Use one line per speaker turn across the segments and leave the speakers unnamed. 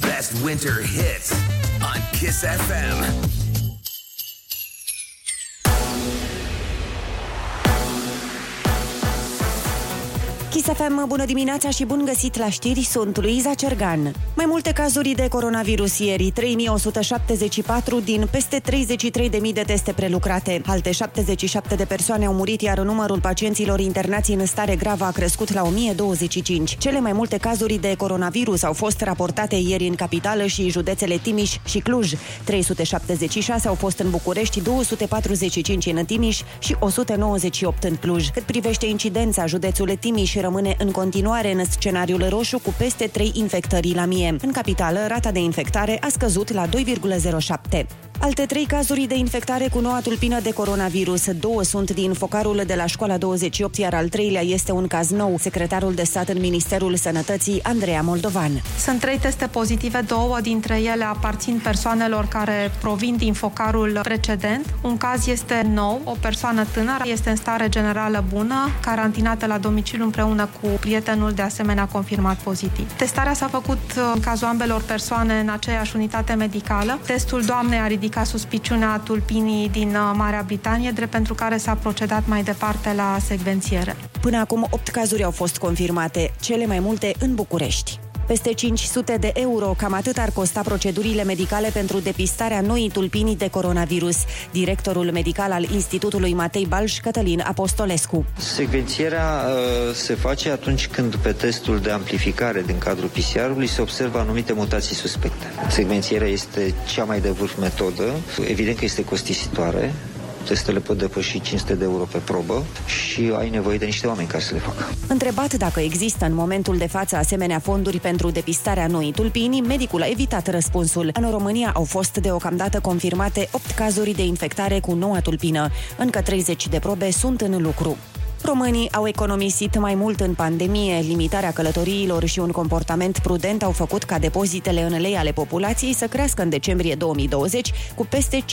best winter hits on Kiss FM.
Kiss FM, bună dimineața și bun găsit la știri, sunt Luiza Cergan. Mai multe cazuri de coronavirus ieri, 3174 din peste 33.000 de teste prelucrate. Alte 77 de persoane au murit, iar numărul pacienților internați în stare gravă a crescut la 1025. Cele mai multe cazuri de coronavirus au fost raportate ieri în capitală și județele Timiș și Cluj. 376 au fost în București, 245 în Timiș și 198 în Cluj. Cât privește incidența, județul Timiș rămâne în continuare în scenariul roșu cu peste 3 infectări la mie. În capitală, rata de infectare a scăzut la 2,07. Alte trei cazuri de infectare cu noua tulpină de coronavirus. Două sunt din focarul de la școala 28, iar al treilea este un caz nou. Secretarul de stat în Ministerul Sănătății, Andreea Moldovan.
Sunt trei teste pozitive, două dintre ele aparțin persoanelor care provin din focarul precedent. Un caz este nou, o persoană tânără, este în stare generală bună, carantinată la domiciliu împreună cu prietenul de asemenea confirmat pozitiv. Testarea s-a făcut uh, în cazul ambelor persoane în aceeași unitate medicală. Testul doamnei a ridicat suspiciunea tulpinii din uh, Marea Britanie, drept pentru care s-a procedat mai departe la secvențiere.
Până acum, 8 cazuri au fost confirmate, cele mai multe în București. Peste 500 de euro, cam atât ar costa procedurile medicale pentru depistarea noii tulpinii de coronavirus. Directorul medical al Institutului Matei Balș, Cătălin Apostolescu.
Secvențierea uh, se face atunci când pe testul de amplificare din cadrul PCR-ului se observă anumite mutații suspecte. Secvențierea este cea mai de vârf metodă, evident că este costisitoare, testele pot depăși 500 de euro pe probă și ai nevoie de niște oameni care să le facă.
Întrebat dacă există în momentul de față asemenea fonduri pentru depistarea noii tulpini, medicul a evitat răspunsul. În România au fost deocamdată confirmate 8 cazuri de infectare cu noua tulpină. Încă 30 de probe sunt în lucru. Românii au economisit mai mult în pandemie, limitarea călătoriilor și un comportament prudent au făcut ca depozitele în lei ale populației să crească în decembrie 2020 cu peste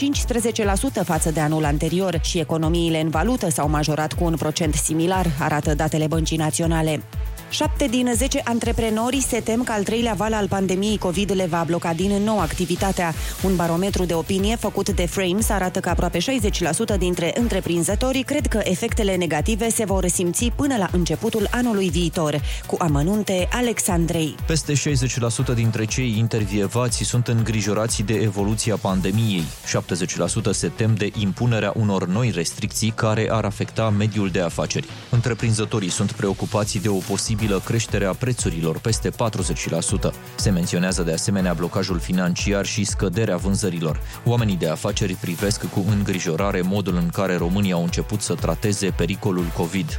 15% față de anul anterior și economiile în valută s-au majorat cu un procent similar, arată datele Băncii Naționale. 7 din 10 antreprenori se tem că al treilea val al pandemiei COVID le va bloca din nou activitatea. Un barometru de opinie făcut de Frames arată că aproape 60% dintre întreprinzătorii cred că efectele negative se vor simți până la începutul anului viitor. Cu amănunte, Alexandrei.
Peste 60% dintre cei intervievați sunt îngrijorați de evoluția pandemiei. 70% se tem de impunerea unor noi restricții care ar afecta mediul de afaceri. Întreprinzătorii sunt preocupați de o posibilă posibilă creșterea prețurilor peste 40%. Se menționează de asemenea blocajul financiar și scăderea vânzărilor. Oamenii de afaceri privesc cu îngrijorare modul în care România au început să trateze pericolul COVID. 60%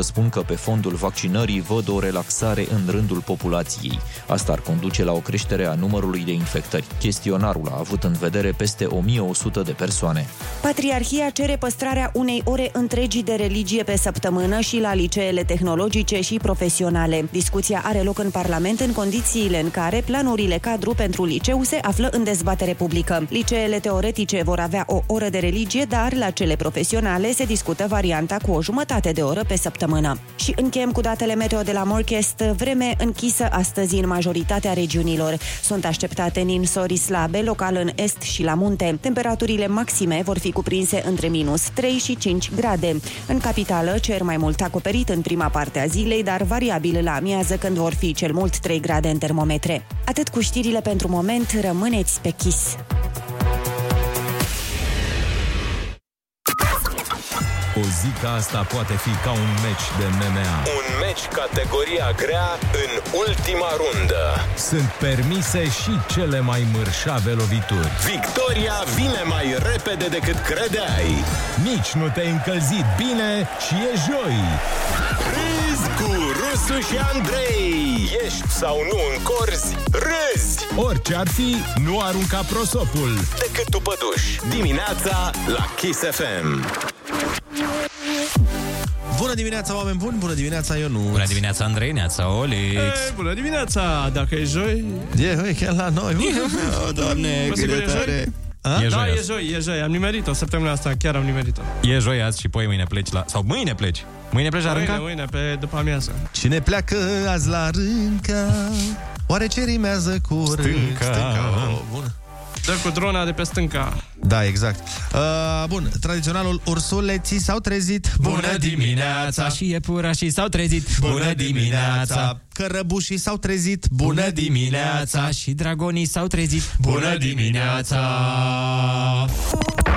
spun că pe fondul vaccinării văd o relaxare în rândul populației. Asta ar conduce la o creștere a numărului de infectări. Chestionarul a avut în vedere peste 1100 de persoane.
Patriarhia cere păstrarea unei ore întregi de religie pe săptămână și la liceele tehnologice și profesionale. Discuția are loc în Parlament în condițiile în care planurile cadru pentru liceu se află în dezbatere publică. Liceele teoretice vor avea o oră de religie, dar la cele profesionale se discută varianta cu o jumătate de oră pe săptămână. Și încheiem cu datele meteo de la Morchest, vreme închisă astăzi în majoritatea regiunilor. Sunt așteptate ninsori slabe, local în est și la munte. Temperaturile maxime vor fi cuprinse între minus 3 și 5 grade. În capitală, cer mai mult acoperit în prima parte a zilei, zilei, dar variabil la amiază când vor fi cel mult 3 grade în termometre. Atât cu știrile pentru moment, rămâneți pe chis.
O zi ca asta poate fi ca un meci de MMA.
Un meci categoria grea în ultima rundă.
Sunt permise și cele mai mărșave lovituri.
Victoria vine mai repede decât credeai.
Nici nu te-ai încălzit bine și e joi.
Râzi cu Rusu și Andrei. Ești sau nu în corzi, râzi.
Orice ar fi, nu arunca prosopul.
Decât tu păduș. Dimineața la Kiss FM.
Bună dimineața, oameni buni! Bună dimineața, Ionu!
Bună dimineața, Andrei, neața, Olix!
E, bună dimineața! Dacă e joi... E, ui, chiar la noi!
oh, doamne, cât de tare!
A? E da, joi e joi, e joi. Am nimerit-o săptămâna asta, chiar am nimerit-o.
E joi azi și poi mâine pleci la... Sau mâine pleci? Mâine pleci la
mâine,
Rânca?
Mâine, pe după amiază.
Cine pleacă azi la Rânca?
Oare ce rimează cu r-
Stânca.
stânca. Bun.
Dă cu drona de pe stânca.
Da, exact. Uh, bun, tradiționalul ursuleții s-au trezit.
Și iepurașii s-au trezit
Bună dimineața! Cărăbușii s-au trezit.
Bună dimineața Și dragonii s-au trezit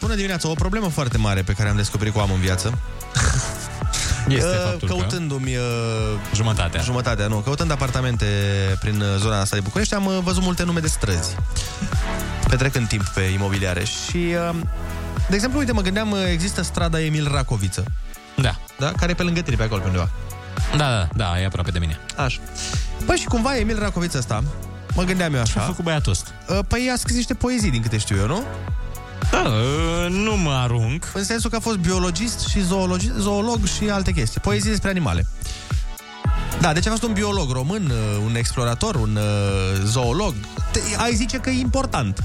Bună dimineața! O problemă foarte mare pe care am descoperit cu am în viață.
Este
Uh,
faptul că-
Căutându-mi... uh,
Jumătatea.
Jumătatea, nu. Căutând apartamente prin uh, zona asta de București, am uh, văzut multe nume de străzi. Petrecând timp pe imobiliare. Și, uh, de exemplu, uite, mă gândeam, uh, există strada Emil Racoviță.
Da.
Da? Care e pe lângă tine, pe acolo, pe undeva.
Da, da, da, e aproape de mine.
Așa. Păi și cumva Emil Racoviță asta, mă gândeam eu așa. Ce a făcut
băiatul ăsta?
Păi a scris niște poezii, din câte știu eu, nu?
Da, nu mă arunc.
În sensul că a fost biologist și zoologi, zoolog și alte chestii. Poezii despre animale. Da, deci a fost un biolog român, uh, un explorator, un uh, zoolog. Te, ai zice că e important.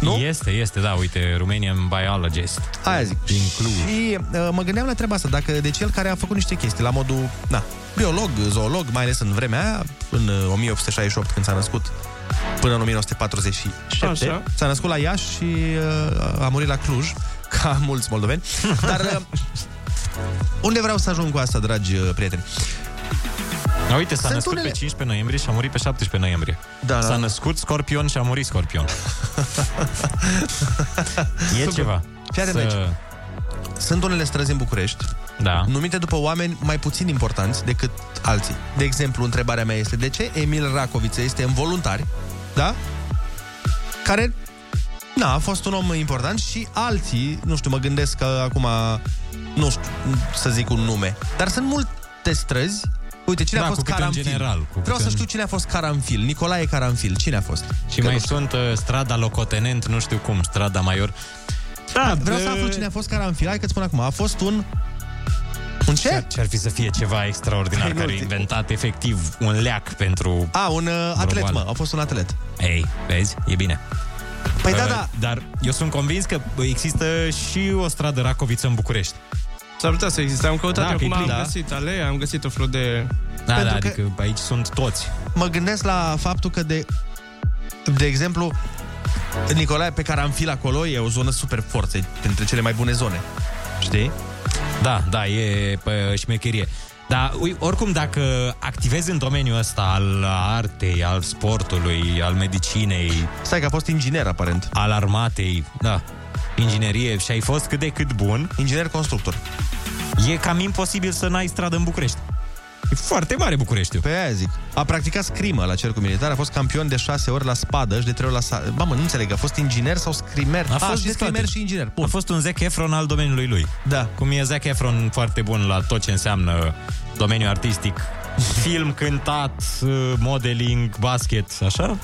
Nu? Este, este, da, uite, Romanian biologist.
Aia zic.
Din Cluj.
Și uh, mă gândeam la treaba asta, dacă deci el care a făcut niște chestii la modul,
Da.
na, biolog, zoolog, mai ales în vremea aia, în uh, 1868 când s-a născut, până în 1947.
Așa.
S-a născut la Iași și uh, a murit la Cluj, ca mulți moldoveni. Dar uh, unde vreau să ajung cu asta, dragi uh, prieteni?
Da, uite, s-a
Sunt
născut
unele-
pe 15 noiembrie și a murit pe 17 noiembrie.
Da,
s-a
da.
născut scorpion și a murit scorpion. e ceva.
Fii atent aici. Sunt unele străzi în București
Da.
numite după oameni mai puțin importanți decât alții. De exemplu, întrebarea mea este de ce Emil Racoviță este în voluntari, da? Care, na, a fost un om important și alții, nu știu, mă gândesc că acum, nu știu să zic un nume, dar sunt multe străzi Uite, cine
Da,
a
cu
fost
câte în
Caranfil?
general, cu
Vreau
câte
să
în-
știu cine a fost Caranfil. Nicolae Caranfil. Cine a fost?
Și mai sunt uh, strada locotenent, nu știu cum, strada major. Da,
Vreau să aflu cine a fost Caranfil. Hai că spun acum. A fost un... Un ce?
Ce ar fi să fie ceva extraordinar care a inventat efectiv un leac pentru...
A, un uh, atlet,
Groboală.
mă. A fost un atlet.
Ei, vezi? E bine.
Păi da,
Uh,
da.
Dar eu sunt convins că bă, există și o stradă Racoviță în București.
S-ar putea să existe. Am căutat
Da,
eu
că e
acum, am
plin, da.
găsit alea, am găsit o flot de...
Da,
Pentru
da,
că-
adică aici sunt toți.
mă gândesc la faptul că de, de exemplu, Nicolae, pe care am fi acolo, e o zonă super forță, printre cele mai bune zone. Știi?
Da, da, e pă, șmecherie. Dar ui, oricum, dacă activezi în domeniul ăsta al artei, al sportului, al medicinei,
Stai că a fost inginer, aparent.
al armatei, da, inginerie și ai fost cât de cât bun,
Inginer constructor.
e cam imposibil să n-ai stradă în București. E foarte mare Bucureștiul.
Pe aia zic. A practicat scrimă la cercul militar, a fost campion de șase ori la spadă și de trei ori la sa... Mamă, nu înțeleg, a fost inginer sau scrimer?
A fost
și
de
scrimer
toate.
și inginer.
A fost un Zac Efron al domeniului lui.
Da.
Cum e Zac Efron foarte bun la tot ce înseamnă domeniul artistic. Film, cântat, modeling, basket, așa?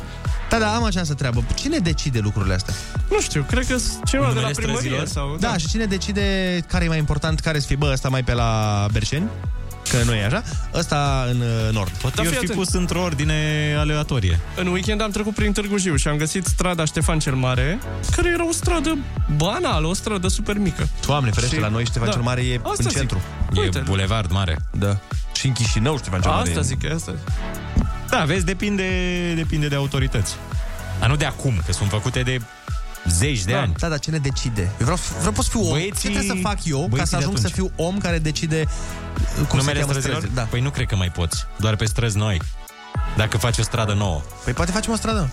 Da, da, am această treabă. Cine decide lucrurile astea?
Nu știu, cred că sunt ceva de la
Numele
primărie
străzilor?
sau...
Da, și cine decide care e mai important, care să fie, bă, ăsta mai pe la Berceni, că nu e așa, ăsta în uh, nord.
Poate
Da,
eu
fii
fi
atent.
pus într-o ordine aleatorie.
În weekend am trecut prin Târgu Jiu și am găsit strada Ștefan cel Mare, care era o stradă banală, o stradă super mică.
Doamne, ferește,
Și-
la noi Ștefan
da.
cel Mare e
Asta
în
zic.
centru.
E
Uite,
bulevard mare.
Da. Și în Chișinău Ștefan cel Mare
asta
e.
zic, asta
Da, vezi, depinde, depinde de autorități. Dar nu de acum, că sunt făcute de zeci de
Da,
ani.
da, dar cine decide? Eu vreau, vreau pot să fiu om.
Băieții-
Ce trebuie să fac eu ca
băieții
să
de
ajung să
atunci.
fiu om care decide uh, cum
Numele
se cheamă
străzilor?
străzile? Da.
Păi nu cred că mai poți, doar pe străzi noi. Dacă faci o stradă nouă.
Păi poate facem o stradă.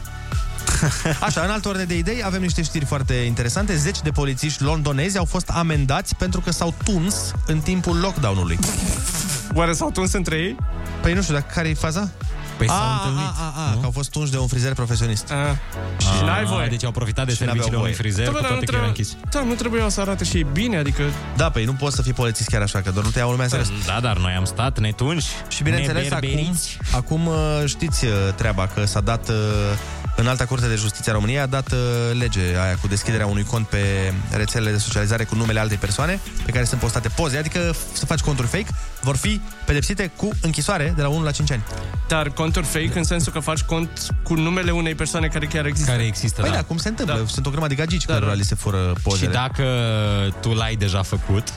Așa, în altă ordine de idei, avem niște știri foarte interesante. Zeci de polițiști londonezi au fost amendați pentru că s-au tuns în timpul lockdown-ului.
Oare s-au tuns între ei?
Păi nu știu, dar care e faza?
Păi s-au
A,
întâlnit,
A, a, a, ah, că au fost tunși de un frizer profesionist.
A.
Și n-ai voie. deci au profitat de serviciile unui frizer,
Da, bă, dar nu trebuie- Da, nu trebuia să arate și ei bine, adică...
Da, păi nu poți să fii polițist chiar așa, că doar nu te iau lumea serios.
Da, dar noi am stat netunși
Și bineînțeles, acum,
neberberiți.
acum uh, știți uh, treaba, că s-a dat uh, în alta curte de justiție a României, a dat uh, lege aia cu deschiderea unui cont pe rețelele de socializare cu numele altei persoane, pe care sunt postate poze, adică f- să faci conturi fake, vor fi pedepsite cu închisoare de la 1 la 5 ani.
Dar conturi fake în sensul că faci cont cu numele unei persoane care chiar există.
Care există,
Păi da, cum se întâmplă? Da. Sunt o grămadă de gagici da, cărora li se fură pozele.
Și dacă tu l-ai deja făcut,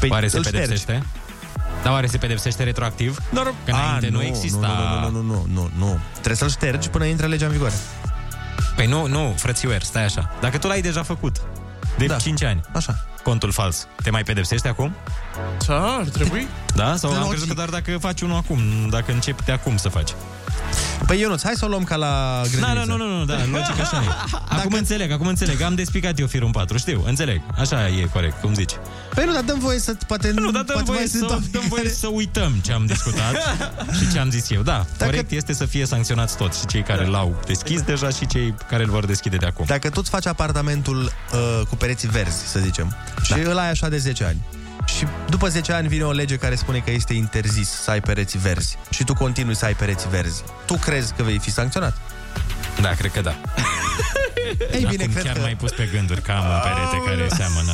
păi oare se
îl ștergi.
pedepsește? Dar oare se pedepsește retroactiv?
Dar,
Că înainte nu exista-
Ah, Nu, nu, nu, nu, nu, nu. Trebuie să-l ștergi până intră legea în vigoare.
Păi nu, nu, frățiuer, stai așa. Dacă tu l-ai deja făcut, de da. 5 ani,
așa.
contul fals, te mai pedepsești acum?
Da, ar trebui.
Da? Sau am
Logic.
crezut că doar dacă faci unul acum, dacă începi de acum să faci.
Păi Ionuț, hai să o luăm ca la grădiniță.
Na, nu, nu, nu, nu, da, logic așa e. Acum înțeleg, acum înțeleg, am despicat eu firul în patru, știu, înțeleg. Așa e corect, cum zici.
Păi nu, dar dăm voie să poate nu,
Păi dar dăm
poate
voie,
mai
să,
sunt oameni
dăm voie
care-
să uităm ce am discutat și ce am zis eu. Da, Dacă... corect este să fie sancționați toți, și cei care l-au deschis deja și cei care îl vor deschide de acum.
Da. Dacă tu îți faci apartamentul uh, cu pereții verzi, să zicem, da. și îl ai așa de 10 ani, și după 10 ani vine o lege care spune că este interzis să ai pereți verzi și tu continui să ai pereți verzi, tu crezi că vei fi sancționat?
Da, cred că da.
Ei
Și
bine,
acum
cred
chiar
că-
mai pus pe gânduri că am un perete care seamănă.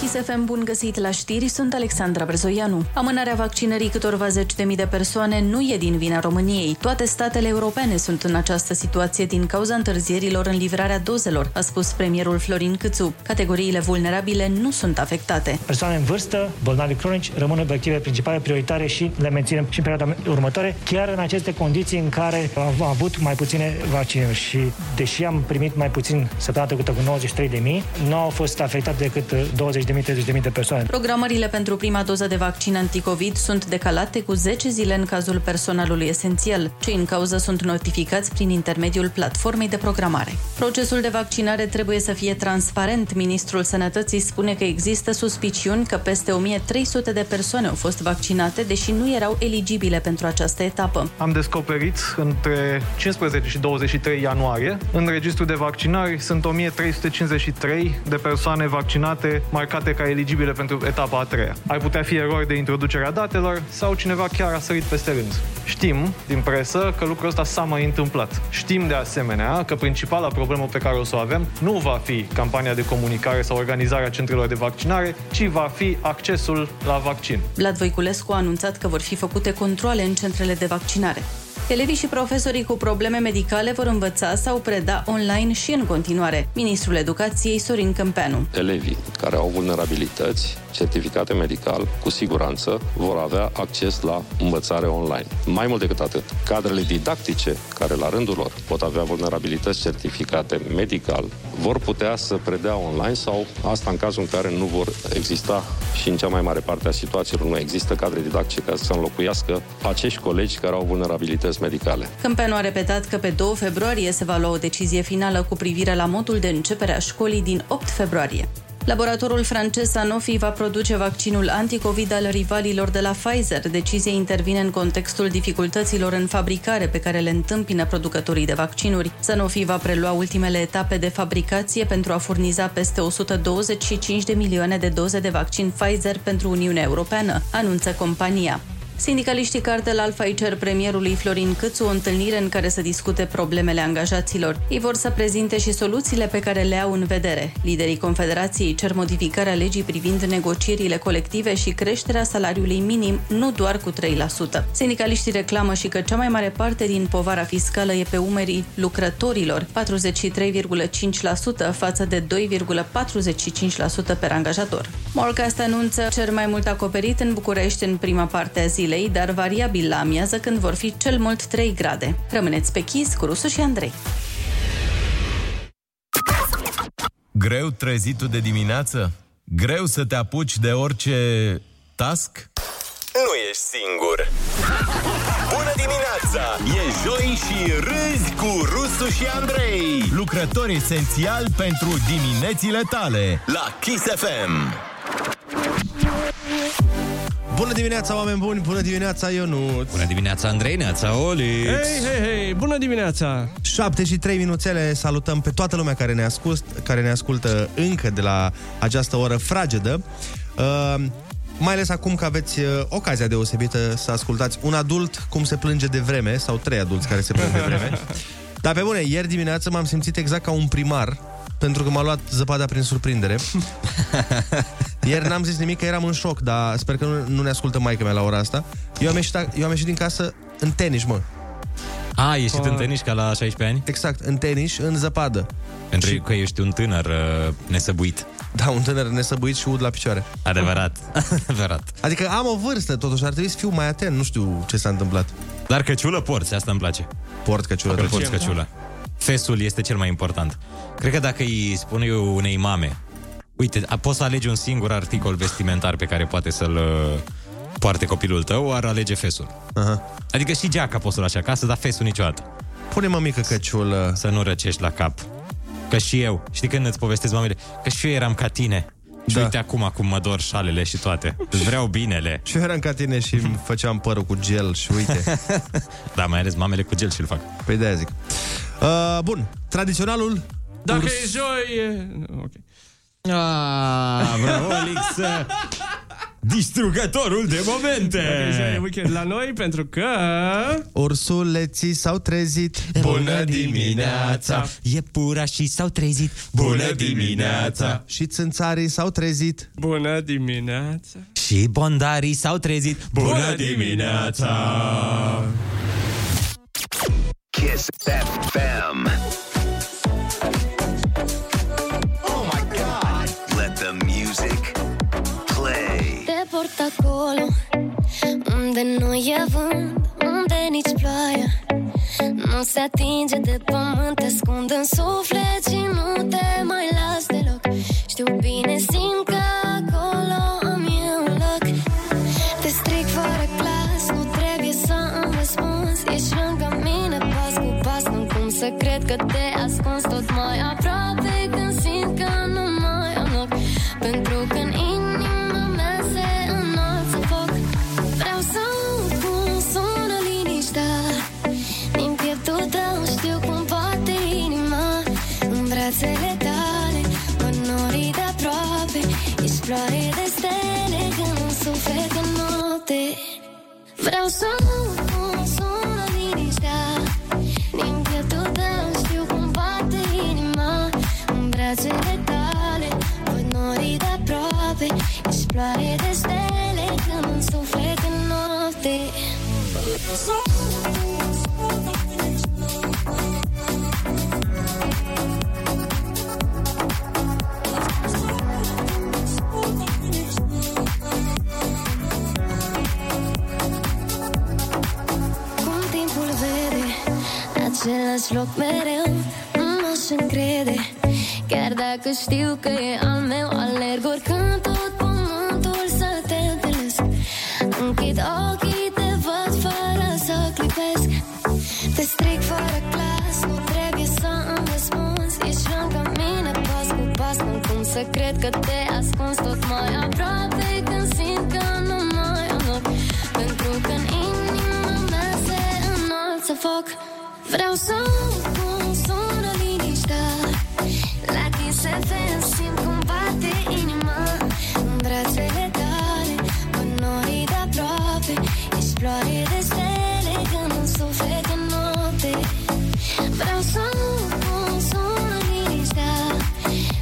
Chisefem bun găsit la știri, sunt Alexandra Brezoianu. Amânarea vaccinării câtorva zeci de mii de persoane nu e din vina României. Toate statele europene sunt în această situație din cauza întârzierilor în livrarea dozelor, a spus premierul Florin Câțu. Categoriile vulnerabile nu sunt afectate.
Persoane în vârstă, bolnavi cronici, rămân obiective principale, prioritare și le menținem și în perioada următoare, chiar în aceste condiții în care am avut mai puține vaccinuri și deși am primit mai puțin săptămâna trecută cu 93.000, nu au fost afectate decât 20.000-30.000 de persoane.
Programările pentru prima doză de vaccin anticovid sunt decalate cu 10 zile în cazul personalului esențial. Cei în cauză sunt notificați prin intermediul platformei de programare. Procesul de vaccinare trebuie să fie transparent. Ministrul Sănătății spune că există suspiciuni că peste 1300 de persoane au fost vaccinate, deși nu erau eligibile pentru această etapă.
Am descoperit între 15 și 23 ianuarie. În registrul de vaccinari sunt 1353 de persoane vaccinate marcate ca eligibile pentru etapa a treia. Ar putea fi erori de introducere a datelor sau cineva chiar a sărit peste rând. Știm din presă că lucrul ăsta s-a mai întâmplat. Știm de asemenea că principala problemă pe care o să o avem nu va fi campania de comunicare sau organizarea centrelor de vaccinare, ci va fi accesul la vaccin.
Vlad Voiculescu a anunțat că vor fi făcute controle în centrele de vaccinare. Elevii și profesorii cu probleme medicale vor învăța sau preda online și în continuare. Ministrul Educației Sorin Câmpeanu.
Elevii care au vulnerabilități, certificate medical, cu siguranță vor avea acces la învățare online. Mai mult decât atât, cadrele didactice, care la rândul lor pot avea vulnerabilități certificate medical, vor putea să predea online sau asta în cazul în care nu vor exista și în cea mai mare parte a situațiilor nu există cadre didactice care să înlocuiască acești colegi care au vulnerabilități medicale.
Câmpeanu a repetat că pe 2 februarie se va lua o decizie finală cu privire la modul de începere a școlii din 8 februarie. Laboratorul francez Sanofi va produce vaccinul anticovid al rivalilor de la Pfizer. Decizia intervine în contextul dificultăților în fabricare pe care le întâmpină producătorii de vaccinuri. Sanofi va prelua ultimele etape de fabricație pentru a furniza peste 125 de milioane de doze de vaccin Pfizer pentru Uniunea Europeană, anunță compania. Sindicaliștii cartel Alfa îi cer premierului Florin Câțu o întâlnire în care să discute problemele angajaților. Ei vor să prezinte și soluțiile pe care le au în vedere. Liderii Confederației cer modificarea legii privind negocierile colective și creșterea salariului minim, nu doar cu 3%. Sindicaliștii reclamă și că cea mai mare parte din povara fiscală e pe umerii lucrătorilor, 43,5% față de 2,45% per angajator. Morcast anunță cer mai mult acoperit în București în prima parte a zilei, dar variabil la amiază când vor fi cel mult 3 grade. Rămâneți pe chis cu Rusu și Andrei.
Greu trezitul de dimineață? Greu să te apuci de orice task?
Nu ești singur. Bună dimineața! E joi și râzi cu Rusu și Andrei.
Lucrători esențial pentru diminețile tale
La Kiss FM.
Bună dimineața, oameni buni! Bună dimineața, Ionut! Bună
dimineața, Andrei, neața, Olix!
Hei, hei, hei! Bună dimineața! 7 și 3 minuțele, salutăm pe toată lumea care ne, ascult, care ne ascultă încă de la această oră fragedă. Uh, mai ales acum că aveți uh, ocazia deosebită să ascultați un adult cum se plânge de vreme, sau trei adulți care se plâng de vreme. Dar pe bune, ieri dimineață m-am simțit exact ca un primar, pentru că m-a luat zăpada prin surprindere. Ieri n-am zis nimic, că eram în șoc, dar sper că nu, nu ne ascultă maica mea la ora asta. Eu am ieșit, eu am ieșit din casă în tenis, mă.
A, ieșit în tenis ca la 16 ani?
Ah. Exact, în tenis, în zăpadă.
Pentru și... că ești un tânăr uh, nesăbuit.
Da, un tânăr nesăbuit și ud la picioare.
Adevărat, adevărat.
Adică am o vârstă, totuși ar trebui să fiu mai atent, nu știu ce s-a întâmplat.
Dar căciulă porți, asta îmi place.
Port căciulă.
Că
da.
porți căciulă. Fesul este cel mai important. Cred că dacă îi spun eu unei mame, uite, a- poți să alegi un singur articol vestimentar pe care poate să-l uh, poarte copilul tău, ar alege fesul.
Aha.
Adică și geaca poți să lași acasă, dar fesul niciodată.
Pune mă mică căciulă.
Să nu răcești la cap. Că și eu, știi când îți povestesc mamele, că și eu eram ca tine. Și da. uite acum cum mă dor șalele și toate. Îți vreau binele.
Și eu eram ca tine și îmi făceam părul cu gel și uite.
da, mai ales mamele cu gel și-l fac.
Păi de zic. Uh, bun, tradiționalul...
Dacă
urs-
e joi... E... Ok.
Ah, bravo, Olix! Distrugătorul de momente!
Dacă e joi, e weekend la noi, pentru că...
Ursuleții s-au trezit
Iepurașii s-au trezit
Și țânțarii s-au trezit
Bună dimineața!
Și bondarii s-au trezit
Bună dimineața!
Kiss FM. Oh my god. Let the music play.
Te port acolo Unde nu e vânt Unde nici ploaie Nu se atinge de pământ Te ascund în suflet Și nu te mai las deloc Știu bine, simt că acolo Am eu un loc Te stric fără clas Nu trebuie să îmi răspunzi Ești lângă mine pas cu pas Nu cum să cred că te ascunzi Tot mai aproape când simt că nu mai am loc Pentru că în inima mea se înalță foc Vreau să aud cum sună liniștea Din pieptul tău știu cum poate inima În brațele tale mă nori de aproape Ești floare de stele când în suflet în noapte Vreau să aud cum sună liniștea Din pieptul tău știu cum bate inima În brațele tale voi nori de aproape Ești floare de stele când în suflet în noapte Cum timpul vede Același loc mereu Nu m-aș încrede Chiar dacă știu că e al meu Alerg oricând tot pământul Să te întâlnesc Închid ochii, te văd Fără să clipesc Te stric fără clas Nu trebuie să îmi răspunzi Ești lângă mine pas cu pas Nu cum să cred că te ascunzi Tot mai aproape când simt că nu mai am loc Pentru că în inima mea se înalță foc Vreau să aud cum sună liniștea La Kiss FM simt cum bate inima În brațele tale Cu norii de aproape Ești floare de stele Când în suflet în noapte Vreau să aud cum sună liniștea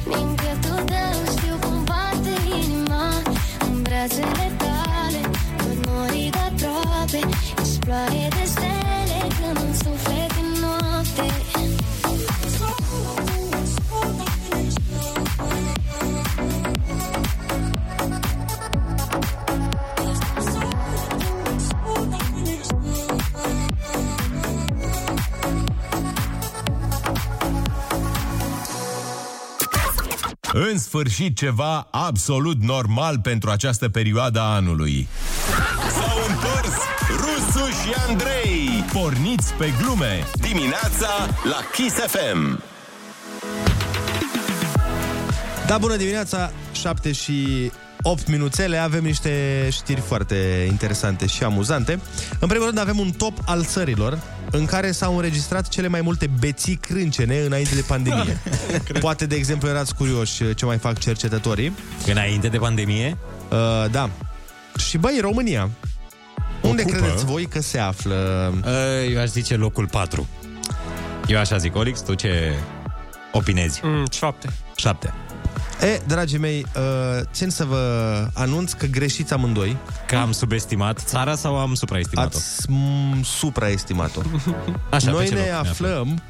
Din pieptul tău știu cum bate inima În brațele tale Pot mori de aproape Ești floare de stele Când în suflet în noapte
În sfârșit ceva absolut normal pentru această perioadă a anului.
S-au întors Rusu și Andrei.
Porniți pe glume!
Dimineața la Kiss FM.
Da, bună dimineața, 7 și 8 minuțele avem niște știri foarte interesante și amuzante. În primul rând avem un top al țărilor în care s-au înregistrat cele mai multe beții crâncene înainte de pandemie. Poate, de exemplu, erați curioși ce mai fac cercetătorii.
Înainte de pandemie?
Uh, da. Și băi, România. Unde credeți voi că se află?
Eu aș zice locul 4. Eu așa zic, Olix, tu ce opinezi?
Mm, 7.
7.
E, dragii mei, uh, țin să vă anunț că greșiți amândoi.
Că am subestimat țara sau am supraestimat-o?
Ați mm, supraestimat-o.
Așa, pe
Noi
ce
ne
loc ne
aflăm,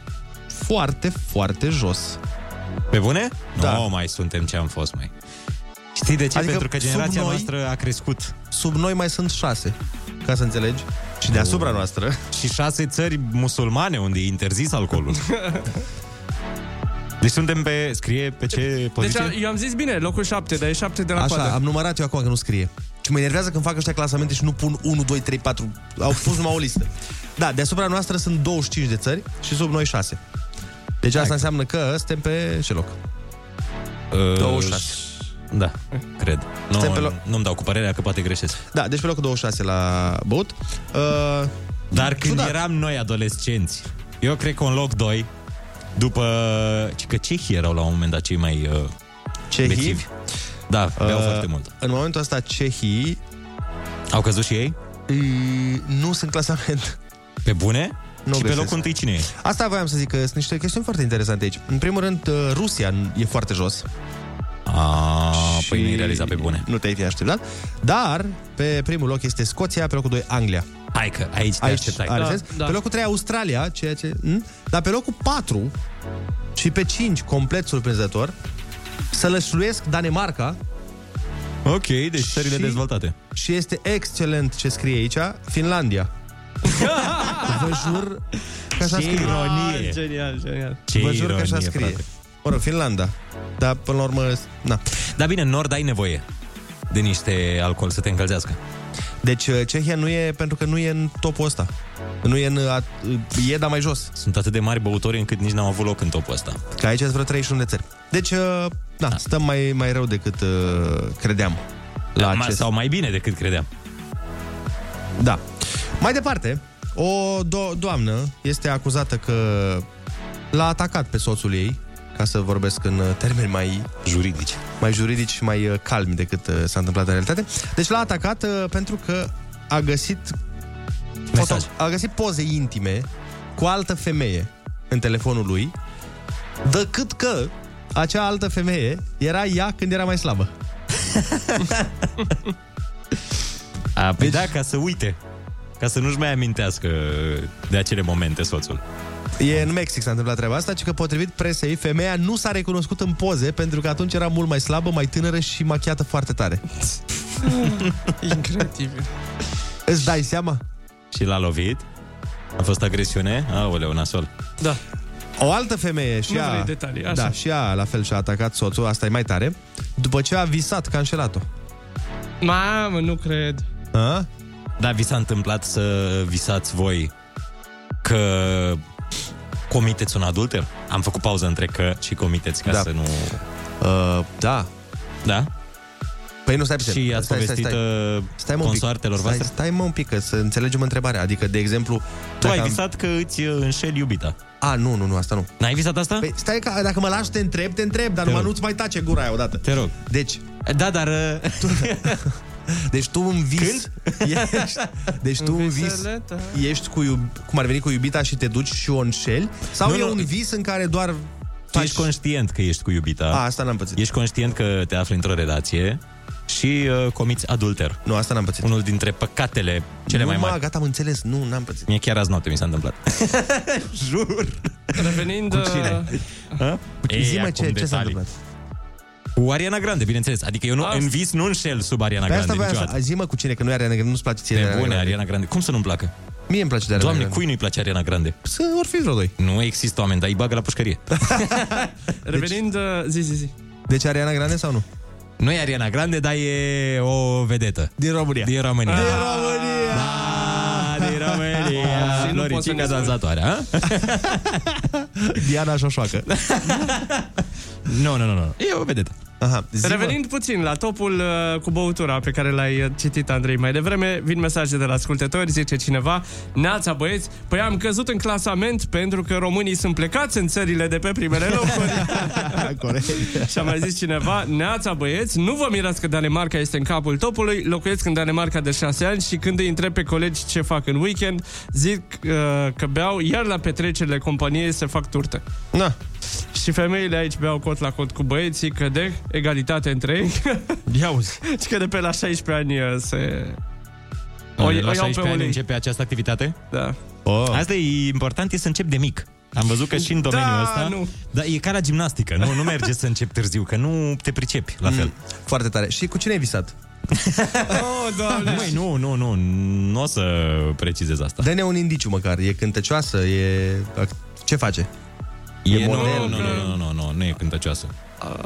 foarte, foarte jos.
Pe bune?
Da.
Nu mai suntem ce am fost, mai. Știi de ce?
Adică
Pentru că
sub
generația
noi-
noastră a crescut.
Sub noi mai sunt șase, ca să înțelegi. Și deasupra noastră.
Și șase țări musulmane unde e interzis alcoolul. Deci suntem pe, scrie pe ce
Deci
poziție?
a- eu am zis bine, locul 7, dar e 7 de la
Așa,
coadă.
am numărat eu acum că nu scrie. Și mă enervează când fac ăștia clasamente și nu pun 1, 2, 3, 4. Au pus numai o listă. Da, deasupra noastră sunt 25 de țări și sub noi 6. Deci asta înseamnă că suntem pe ce loc?
Uh,
26.
Da, cred.
Suntem
Nu,
pe lo-
Nu-mi dau cu părerea că poate greșesc.
Da, deci pe locul 26 la băut. Uh,
Dar când eram noi adolescenți, eu cred că în loc 2, după... ci Că cehii erau la un moment dat cei mai uh,
Cehii?
bețivi. Da, beau uh, foarte mult.
În momentul ăsta cehii...
Au căzut și ei?
nu sunt clasament.
Pe bune?
Nu
și pe
găsesc.
locul întâi cine e?
Asta voiam să zic că sunt niște chestiuni foarte interesante aici. În primul rând, uh, Rusia e foarte jos.
A, și... păi nu-i realizat pe bune.
Nu te-ai fi așteptat. Dar, pe primul loc este Scoția, pe locul 2 Anglia.
Hai că aici te așteptai.
are
Da,
sens.
da.
Pe locul 3 Australia, ceea ce... M? Dar pe locul 4 și pe 5, complet surprinzător, sălășluiesc Danemarca.
Ok, deci țările dezvoltate.
Și este excelent ce scrie aici, Finlandia. Vă jur că așa
Ce
scrie.
ironie. Ah, genial, genial.
Vă jur că așa scrie. Mă rog, Finlanda. Dar până la urmă, na.
Dar bine, în nord ai nevoie de niște alcool să te încălzească.
Deci uh, Cehia nu e pentru că nu e în topul ăsta. Nu e în... uh, at- uh, E, dar mai jos.
Sunt atât de mari băutori încât nici n-am avut loc în topul ăsta.
Că aici sunt vreo 31 de țări. Deci, uh, da, stăm mai, mai rău decât uh, credeam.
La acest... Sau mai bine decât credeam.
Da. Mai departe, o do- doamnă este acuzată că l-a atacat pe soțul ei, ca să vorbesc în uh, termeni mai
juridici,
mai juridici și mai uh, calmi decât uh, s-a întâmplat în realitate. Deci l-a atacat uh, pentru că a găsit foto- a găsit poze intime cu altă femeie în telefonul lui, decât că acea altă femeie era ea când era mai slabă.
A,
deci-
păi da, ca să uite. Ca să nu-și mai amintească de acele momente soțul.
E în Mexic s-a întâmplat treaba asta, ci că potrivit presei, femeia nu s-a recunoscut în poze pentru că atunci era mult mai slabă, mai tânără și machiată foarte tare.
Incredibil.
Îți dai seama?
Și l-a lovit? A fost agresiune? Aoleu, nasol.
Da.
O altă femeie și
Nu
ea,
vrei detalii, așa.
da, și ea la fel și-a atacat soțul, asta e mai tare, după ce a visat că a înșelat-o.
Mamă, nu cred.
A?
Da, vi s-a întâmplat să visați voi că comiteți un adulter? Am făcut pauză între că și comiteți, ca
Da.
să nu...
Uh, da.
Da?
Păi nu, stai puțin.
Și ați povestit uh,
mă un pic.
consoartelor
stai,
voastre?
Stai mă un pic, că să înțelegem întrebarea. Adică, de exemplu...
Tu
dacă
ai
am-
visat că îți uh, înșeli iubita.
A, nu, nu, nu, asta nu.
N-ai visat asta?
Păi stai că dacă mă lași te întreb, te întreb, dar
Te
numai
rog.
nu-ți mai tace gura aia odată.
Te rog.
Deci...
Da, dar... Tu...
Deci tu în vis Când? ești, Deci tu în vis
Înveseleta.
ești cu iub, cum ar veni cu iubita și te duci și o înșeli? Sau
Nu,
e
nu.
un vis în care doar
Tu ești conștient că ești cu iubita.
A, asta n-am pățit.
Ești conștient că te afli într-o relație și uh, comiți adulter.
Nu, asta n-am pățit.
Unul dintre păcatele cele
nu,
mai mari.
mă, gata, am înțeles. Nu, n-am pățit.
Mie chiar azi noapte mi s-a întâmplat. Jur.
Revenind...
Cu cine?
uh,
Ha? Ei,
Zi-mă
acum
ce- ce s-a
detalii.
întâmplat. Ah.
Cu Ariana Grande, bineînțeles. Adică eu nu, în vis nu înșel sub Ariana
Pe asta
Grande
voiam
niciodată.
să... Zi-mă cu cine, că nu are Ariana Grande, nu-ți place ție Ariana
Nebune,
Grande.
Ariana Grande. Cum să nu-mi placă?
Mie îmi place de Ariana
Doamne,
Grande.
cui nu-i place Ariana Grande?
Să ori fi vreo doi. Da.
Nu există oameni, dar îi bagă la pușcărie.
Revenind... uh, Zi, zi, zi.
Deci Ariana Grande sau nu?
Nu e Ariana Grande, dar e o vedetă.
Din România.
Din România.
Din România!
Da, din România.
Și nu poți să ne
Floricica
spui.
dansatoarea, a?
Diana Șoșoacă.
Nu, nu, nu, nu. E o vedetă.
Aha,
Revenind puțin la topul uh, cu băutura pe care l-ai uh, citit, Andrei, mai devreme, vin mesaje de la ascultători, zice cineva, Neața, băieți, păi am căzut în clasament pentru că românii sunt plecați în țările de pe primele locuri.
Corect.
Și a mai zis cineva, Neața, băieți, nu vă mirați că Danemarca este în capul topului, locuiesc în Danemarca de șase ani și când îi întreb pe colegi ce fac în weekend, zic uh, că beau, iar la petrecerile companiei se fac turte.
Na.
Și femeile aici beau cot la cot cu băieții, că de egalitate între ei.
Ia uzi.
și că de pe la 16 ani uh, se...
O,
iau
la
pe
16 ani
ulei.
începe această activitate?
Da.
Oh. Asta e important, e să încep de mic. Am văzut că și în
Da,
domeniul ăsta...
nu.
Dar e ca la gimnastică, nu, nu merge să începi târziu, că nu te pricepi la fel. Mm,
foarte tare. Și cu cine ai visat?
oh, doamne!
Măi, nu, nu, nu, nu o să precizez asta.
Dă-ne un indiciu măcar, e cântecioasă, e... Ce face?
E, e
model,
nu, nu, nu, nu, nu, nu, nu e cântăcioasă.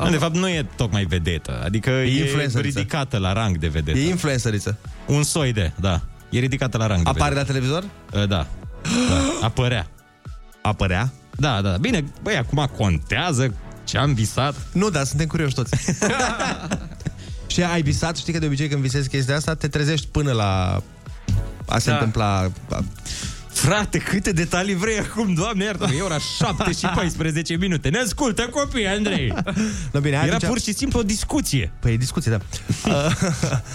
Nu, de fapt, nu e tocmai vedetă, adică
E
e, e
influențăriță.
ridicată la rang de vedetă.
E influențăriță.
Un soi de, da. E ridicată la rang de
Apare la
vedetă.
televizor?
Uh, Da. da. Apărea.
Apărea?
Da, da. Bine, băi, acum contează ce am visat.
Nu, dar suntem curioși toți. și ai visat, știi că de obicei când visezi chestia asta, te trezești până la... A se
Da.
da. întâmpla...
Frate, câte detalii vrei acum, doamne iartă e ora 7 și 14 minute. Ne ascultă copii, Andrei!
No, bine, hai
Era
atunci-
pur și simplu o discuție.
Păi e discuție, da.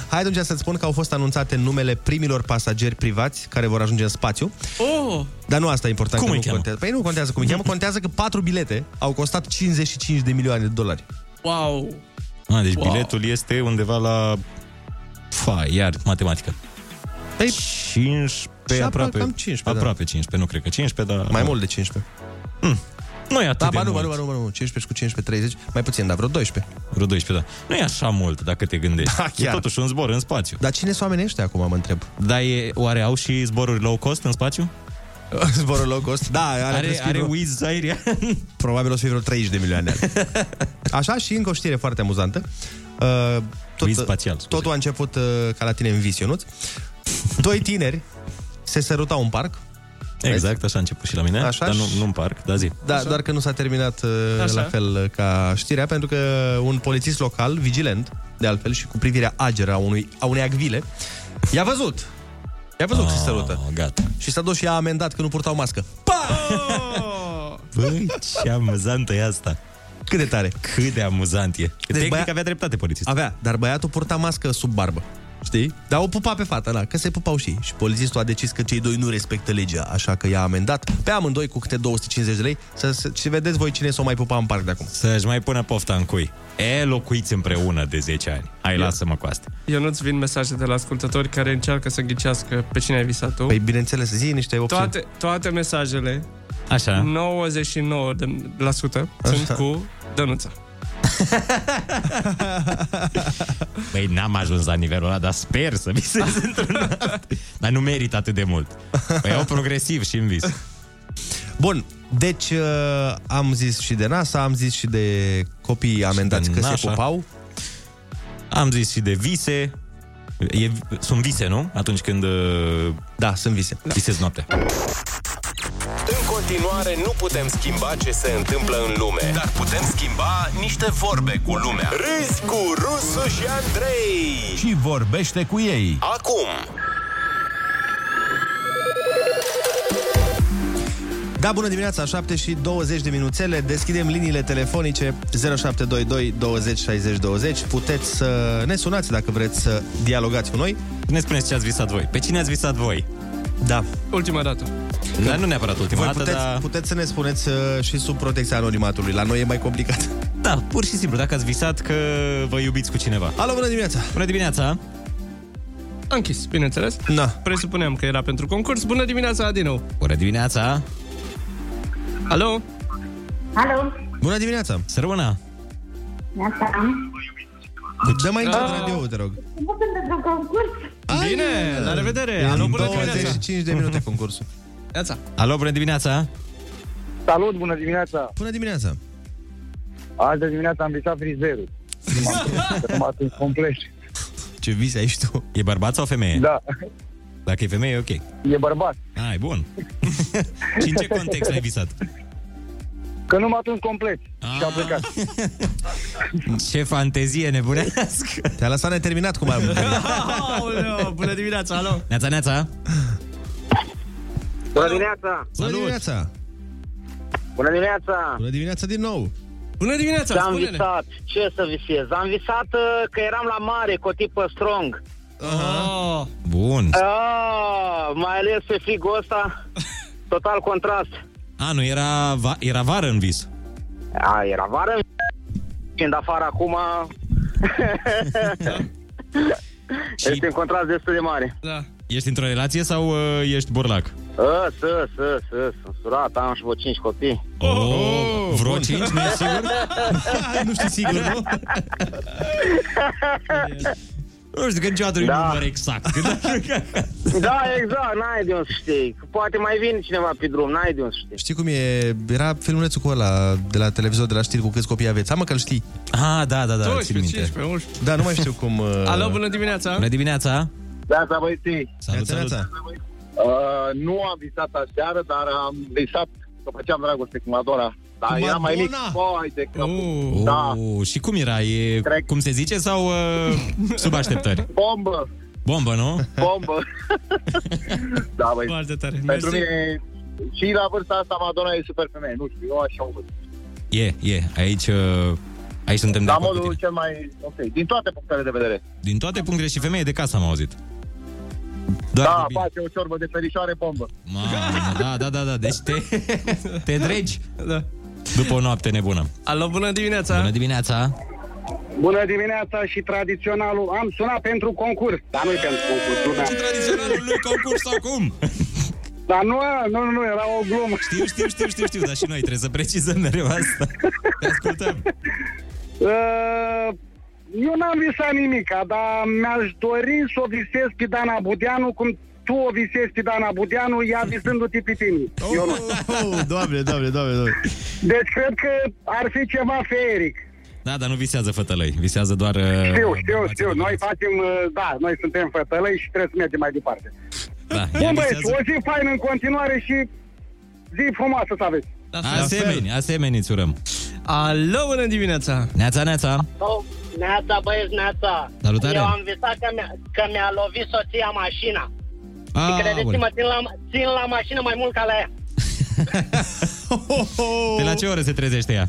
Hai atunci să-ți spun că au fost anunțate numele primilor pasageri privați care vor ajunge în spațiu.
Oh!
Dar nu asta e important.
Cum
că
îi
nu
cheamă?
Contează. Păi nu contează cum îi cheamă, contează că patru bilete au costat 55 de milioane de dolari.
Wow!
A, deci
Wow.
wow. biletul este undeva la... Fa, iar, matematică.
Păi,
15,
Și
aproape.
cam 15, da.
aproape 15, nu cred că 15, dar... Hmm.
Mai mult de 15.
Nu e atât
da,
de
ba nu, ba
mult.
nu, ba nu, ba nu, 15 cu 15, 30, mai puțin, dar vreo 12.
Vreo 12, da. Nu e așa mult dacă te gândești.
Da,
e
chiar.
totuși un zbor în spațiu.
Dar cine sunt oamenii ăștia acum, mă întreb?
Dar e, oare au și zboruri low cost în spațiu?
Zborul low cost? Da, are,
Are,
prescris
are
vreo-
Wizz Air.
Probabil o să fie vreo 30 de milioane. Așa și încă o știre foarte amuzantă. Uh, tot, spațial, totul a început uh, ca la tine în vis, Ionuț. Doi tineri se sărutau în parc.
Exact, așa a început și la mine,
Așa
așa dar nu,
și-
nu în parc, dar zi.
Da, doar că nu s-a terminat
Așa.
Așa. la fel ca știrea, pentru că un polițist local, vigilent, de altfel, și cu privirea ageră a, unui, a unei agvile, i-a văzut. I-a văzut oh, că se sărută.
Gata.
Și s-a dus și a amendat că nu purtau mască.
Băi, ce amuzantă e asta.
Cât de tare.
Cât de amuzant e. Deci, Tehnic băia... avea dreptate polițistul.
Avea, dar băiatul purta mască sub barbă. Știi? Dar o pupa pe fata, da, că se pupau și ei. Și polițistul a decis că cei doi nu respectă legea, așa că i-a amendat pe amândoi cu câte 250 de lei. Să, să, și vedeți voi cine s-o mai pupa în parc de acum.
Să-și mai pună pofta în cui. E, locuiți împreună de 10 ani. Hai, lasă-mă cu asta.
Eu nu-ți vin mesaje de la ascultători care încearcă să ghicească pe cine ai visat tu.
Păi bineînțeles, zi niște opțiuni.
toate, toate mesajele,
Așa.
99% de, la sută, sunt
Așa.
cu Dănuța.
Băi, n-am ajuns la nivelul ăla, dar sper să visez într-un alt. Dar nu merit atât de mult. Păi iau progresiv și în vis.
Bun, deci uh, am zis și de NASA, am zis și de copiii amendați că se
nașa.
pupau.
Am zis și de vise. E, sunt vise, nu? Atunci când... uh,
Da, sunt vise.
Visez noaptea.
În continuare, nu putem schimba ce se întâmplă în lume, dar putem schimba niște vorbe cu lumea. Râzi cu Rusu și Andrei!
Și vorbește cu ei.
Acum,
Da, bună dimineața, 7 și 20 de minuțele, deschidem liniile telefonice 0722 20 60 20. Puteți să ne sunați dacă vreți să dialogați cu noi.
Ne spuneți ce ați visat voi. Pe cine ați visat voi?
Da.
Ultima dată.
Dar nu neapărat ultima
Voi
dată,
puteți,
dar...
puteți să ne spuneți uh, și sub protecția anonimatului. La noi e mai complicat.
Da, pur și simplu, dacă ați visat uh, că vă iubiți cu cineva.
Alo, bună dimineața!
Bună dimineața!
A închis, bineînțeles.
Da.
Presupuneam că era pentru concurs. Bună dimineața, Adinu!
Bună dimineața!
Alo?
Alo,
Bună dimineața!
Să rămână!
asta am.
Dă mai încet
Ah.
radio te rog.
Nu sunt într-un concurs.
Bine, la revedere! Alo,
Din
bună
25 de minute concursul.
Neața.
Alo, bună dimineața!
Salut, bună dimineața!
Bună dimineața!
Azi de dimineața am visat frizerul. Nu m-am prins, că Nu m-a prins complet.
Ce vise ai și tu?
E bărbat sau femeie?
Da,
Dacă e femeie, e ok.
e bărbat.
Ai, bun. și în ce context ai visat?
Că nu m-a atins complet și a plecat.
Ce fantezie nebunească!
Te-a lăsat neterminat cum ai
Ah. Aoleu, bună dimineața, alo!
Neața, neața!
Bună dimineața!
Bună dimineața!
Bună dimineața!
Bună dimineața din nou!
Bună dimineața,
Ce-am
spune-ne.
visat? Ce să visez? Am visat uh, că eram la mare cu o tipă strong.
Oh.
Bun.
Ah, mai ales pe frigul ăsta. Total contrast.
A, nu, era, va- era vară în vis.
A, era vară. Fiind afară acum... este un contrast destul de mare.
Da.
Ești într-o relație sau uh, ești burlac?
Îs, îs, îs, îs, sunt surat, am și vreo 5 copii.
Oh, vreo cinci, nu ești sigur? nu știi sigur, nu? nu știu că niciodată da. nu număr exact. Că dacă-
Da, exact, n-ai de unde să știi. Poate mai vine cineva pe drum, n-ai de unde să știi.
Știi cum e? Era filmulețul cu ăla de la televizor, de la știri, cu câți copii aveți. Am că-l știi.
Ah, da, da, da,
12, 15, 11.
Da, nu mai știu cum... Uh...
Alo, bună dimineața!
dimineața!
Da, da, băieții!
Salut, salut.
Uh, nu am visat aseară, dar am visat că făceam dragoste cu Madonna. Dar
Cu
era mai mic.
Madonna?
Poi, de cap.
Oh,
Da.
Și cum era? E, cum se zice sau uh, sub așteptări?
Bombă!
Bombă, nu?
Bombă! da, băi.
Foarte tare.
Pentru
Mersi.
mine, și la vârsta asta, Madonna e super femeie. Nu știu, eu așa o văd.
E, e. Aici, uh, aici suntem de
La
acord cu
modul
tine.
cel mai... Ok, din toate punctele de vedere.
Din toate punctele și femeie de casă am auzit.
Doar da, face o ciorbă de perișoare bombă.
Mamă, da, da, da, da. Deci te, te dregi
da.
după o noapte nebună.
Alo, bună dimineața!
Bună dimineața!
Bună dimineața și tradiționalul. Am sunat pentru concurs, dar nu pentru concurs. Lumea.
Și tradiționalul nu concurs sau cum?
Dar nu, nu, nu, nu, era o glumă.
Știu, știu, știu, știu, știu, dar și noi trebuie să precizăm mereu asta.
Uh, eu n-am visat nimica, dar mi-aș dori să o visez pe Dana Budeanu cum tu o visezi pe Dana Budeanu, ea visându-te pe tine. Eu nu.
Oh, doamne, doamne, doamne, doamne.
Deci cred că ar fi ceva feeric.
Da, dar nu visează fătălăi, visează doar... uh,
Știu, știu, știu. Noi facem, uh, da, noi suntem fătălăi și trebuie să mergem mai departe.
Da,
Bun, băieți, o zi faină în continuare și zi frumoasă să aveți.
Asemeni, asemeni îți urăm.
Alo, bună dimineața!
Neața, neața!
Oh, neața, băieți, neața.
Salutare.
Eu am visat că mi-a, că mi-a lovit soția mașina.
A,
și credeți-mă,
bun.
țin la, țin la mașină mai mult ca la ea.
De la ce oră se trezește ea?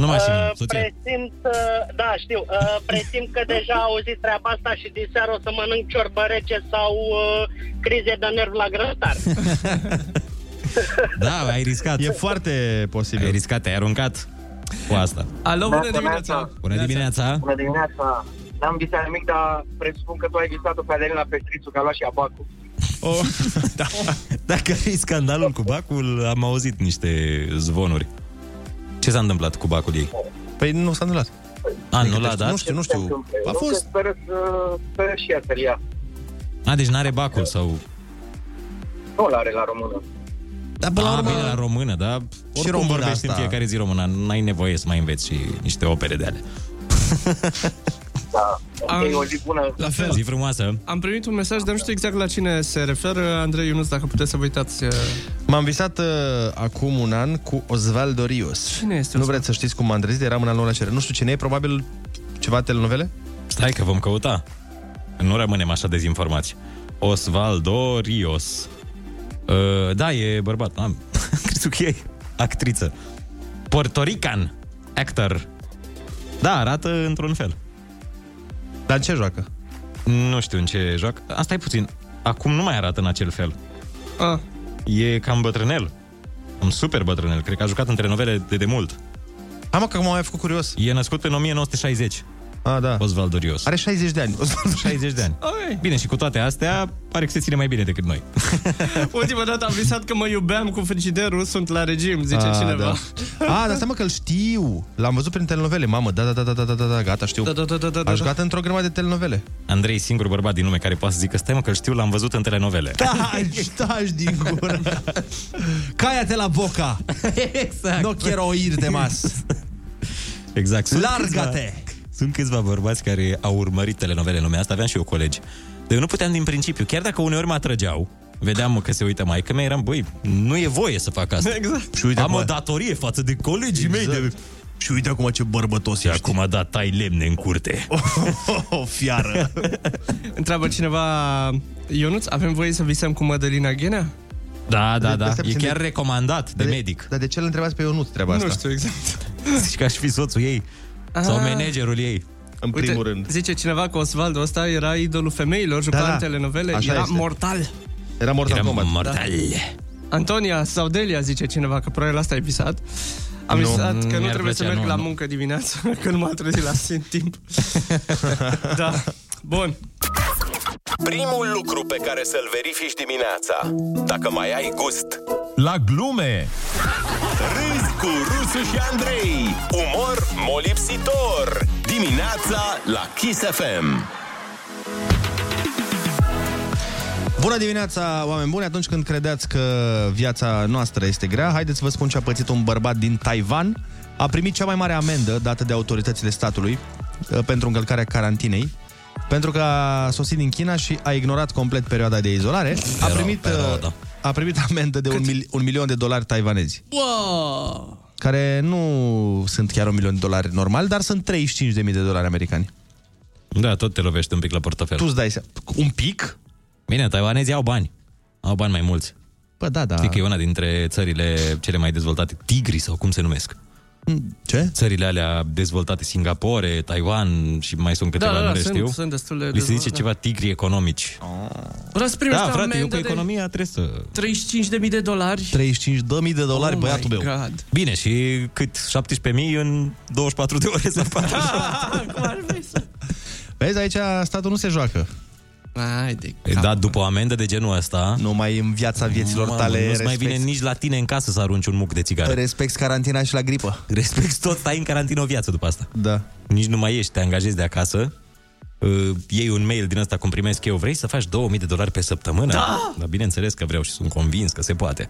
Nu mașină,
Uh,
soție.
presimt, uh, da, știu, uh, presimt că deja a auzit treaba asta și din seară o să mănânc ciorbă rece sau uh, crize de nerv la grătar.
Da, ai riscat. E foarte posibil. Ai riscat, ai aruncat cu asta.
Alo, bună dimineața!
Bună dimineața!
Bună dimineața! N-am visat nimic, dar presupun că tu ai visat-o pe Adelina Pestrițu, că a luat și abacul.
Oh. Da. Dacă e scandalul cu bacul, am auzit niște zvonuri. Ce s-a întâmplat cu bacul ei?
Păi nu s-a întâmplat.
A, nu
Deci
l-a dat?
Nu știu, nu știu.
A fost.
Speră să... Speră și ea să-l ia.
A, deci n-are bacul sau...
Nu l-are la română.
Da,
până la urmă... bine, la română, da. Oricum
română
vorbești
asta.
în fiecare zi română, n-ai nevoie să mai înveți și niște opere de ale.
Da.
Am-
E o zi bună.
La fel.
Zi frumoasă.
Am primit un mesaj, dar nu știu exact la cine se referă. Andrei Ionuț, dacă puteți să vă uitați... uh,
M-am visat uh, acum un an cu Osvaldo Rios. Cine
este
Nu vreți să știți cum m-am trezit, eram în al nouălea cerere. Nu știu cine e, probabil ceva telenovele?
Stai că vom căuta. Nu rămânem așa dezinformați. Osvaldo Rios. Uh, da, e bărbat. Am crezut că e actriță. Portorican actor. Da, arată într-un fel.
Dar în ce joacă?
Nu știu în ce joacă. Asta e puțin. Acum nu mai arată în acel fel.
Ah.
E cam bătrânel. Un super bătrânel. Cred că a jucat între novele de demult.
Am că m-am mai făcut curios.
E născut în 1960.
Ah, da.
Osvaldo Rios.
Are 60 de ani.
60 de ani. Bine, și cu toate astea, pare că se ține mai bine decât noi.
Ultima dată am visat că mă iubeam cu frigiderul, sunt la regim, zice
Ah,
cineva.
Da. A, dar seama că îl știu. L-am văzut prin telenovele. Mamă, da, da, da, da, da, da, da, gata, știu.
Da, da, da, da, da,
A
da.
jucat într-o grămadă de telenovele.
Andrei, e singurul bărbat din lume care poate să zică, stai mă că știu, l-am văzut în telenovele.
Taci, taci din gură. Caia-te la boca.
Exact.
Nu quiero ir de mas.
Exact.
Largă-te!
Câțiva, sunt câțiva bărbați care au urmărit telenovele în lumea asta, aveam și eu colegi. Dar eu nu puteam din principiu, chiar dacă uneori mă atrăgeau, Vedeam mă, că se uită mai că mea, eram, băi, nu e voie să fac asta.
Exact.
Și uite, am
acum-
o datorie față de colegii mei. De...
Și uite acum ce bărbătos
ești. acum a dat tai lemne în curte.
O fiară.
Întreabă cineva, Ionuț, avem voie să visăm cu Mădălina Ghenea?
Da, da,
De-
da.
de-
E
de-
chiar recomandat de,
de-
medic.
Dar de ce îl întrebați pe Ionuț treaba
Nu știu exact.
Zici că aș fi soțul ei. Sau
Ah.
managerul ei.
În
Uite, Zice cineva că Osvaldo ăsta era idolul femeilor, juca
Da,
da,
da.
în telenovele,
Așa
era
este.
mortal. Da.
Era Mortal
Era
Kombat.
mortal.
Antonia sau Delia zice cineva că probabil asta ai visat. Am
Nu,
visat că nu
mi-ar
trebuie să
plăcea,
merg
nu,
la
nu.
muncă dimineața, că nu m-am trezit la sin timp. da. Bun.
Primul lucru pe care să-l verifici dimineața, dacă mai ai gust.
La glume!
Râzi cu Rusu și Andrei. Umor molipsitor. Dimineața la Kiss FM.
Bună dimineața, oameni buni! Atunci când credeți că viața noastră este grea, haideți să vă spun ce a pățit un bărbat din Taiwan. A primit cea mai mare amendă dată de autoritățile statului uh, pentru încălcarea carantinei, pentru că a sosit din China și a ignorat complet perioada de izolare. A primit, uh, a primit amendă de un, mil- un milion de dolari taiwanezi,
Wow!
care nu sunt chiar un milion de dolari normal, dar sunt 35.000 de dolari americani.
Da, tot te lovești un pic la portofel.
Tu îți dai seama. Un pic?
Bine, taiwanezii au bani. Au bani mai mulți.
Bă, da, da.
Știi că e una dintre țările cele mai dezvoltate, tigri sau cum se numesc.
Mm, Ce?
Țările alea dezvoltate, Singapore, Taiwan și mai sunt câteva,
da, da,
nu le
sunt-
știu.
sunt destul de
Li se zice
dezvoltate. Ah.
ceva tigri economici.
Vreau să primești
Da, frate, eu
amendă
cu economia trebuie să...
de 35.000 de dolari.
35.000 de dolari,
Oh
băiatul
my
meu.
God.
Bine, și cât? 17.000 în 24 de ore să faci.
Vezi, aici statul nu se joacă.
Ai de
E, Da, după o amendă de genul ăsta...
Nu mai în viața vieților tale
Nu mai vine
respecti- Păi
nici la tine în casă să arunci un muc de țigară.
Respect carantina și la gripă.
Respect tot, stai în carantină o viață după asta.
Da.
Nici nu mai ești, te angajezi de acasă, uh, iei un mail din ăsta cum primesc eu, vrei să faci 2000 de dolari pe săptămână? Da! Dar bineînțeles că vreau și sunt convins că se poate.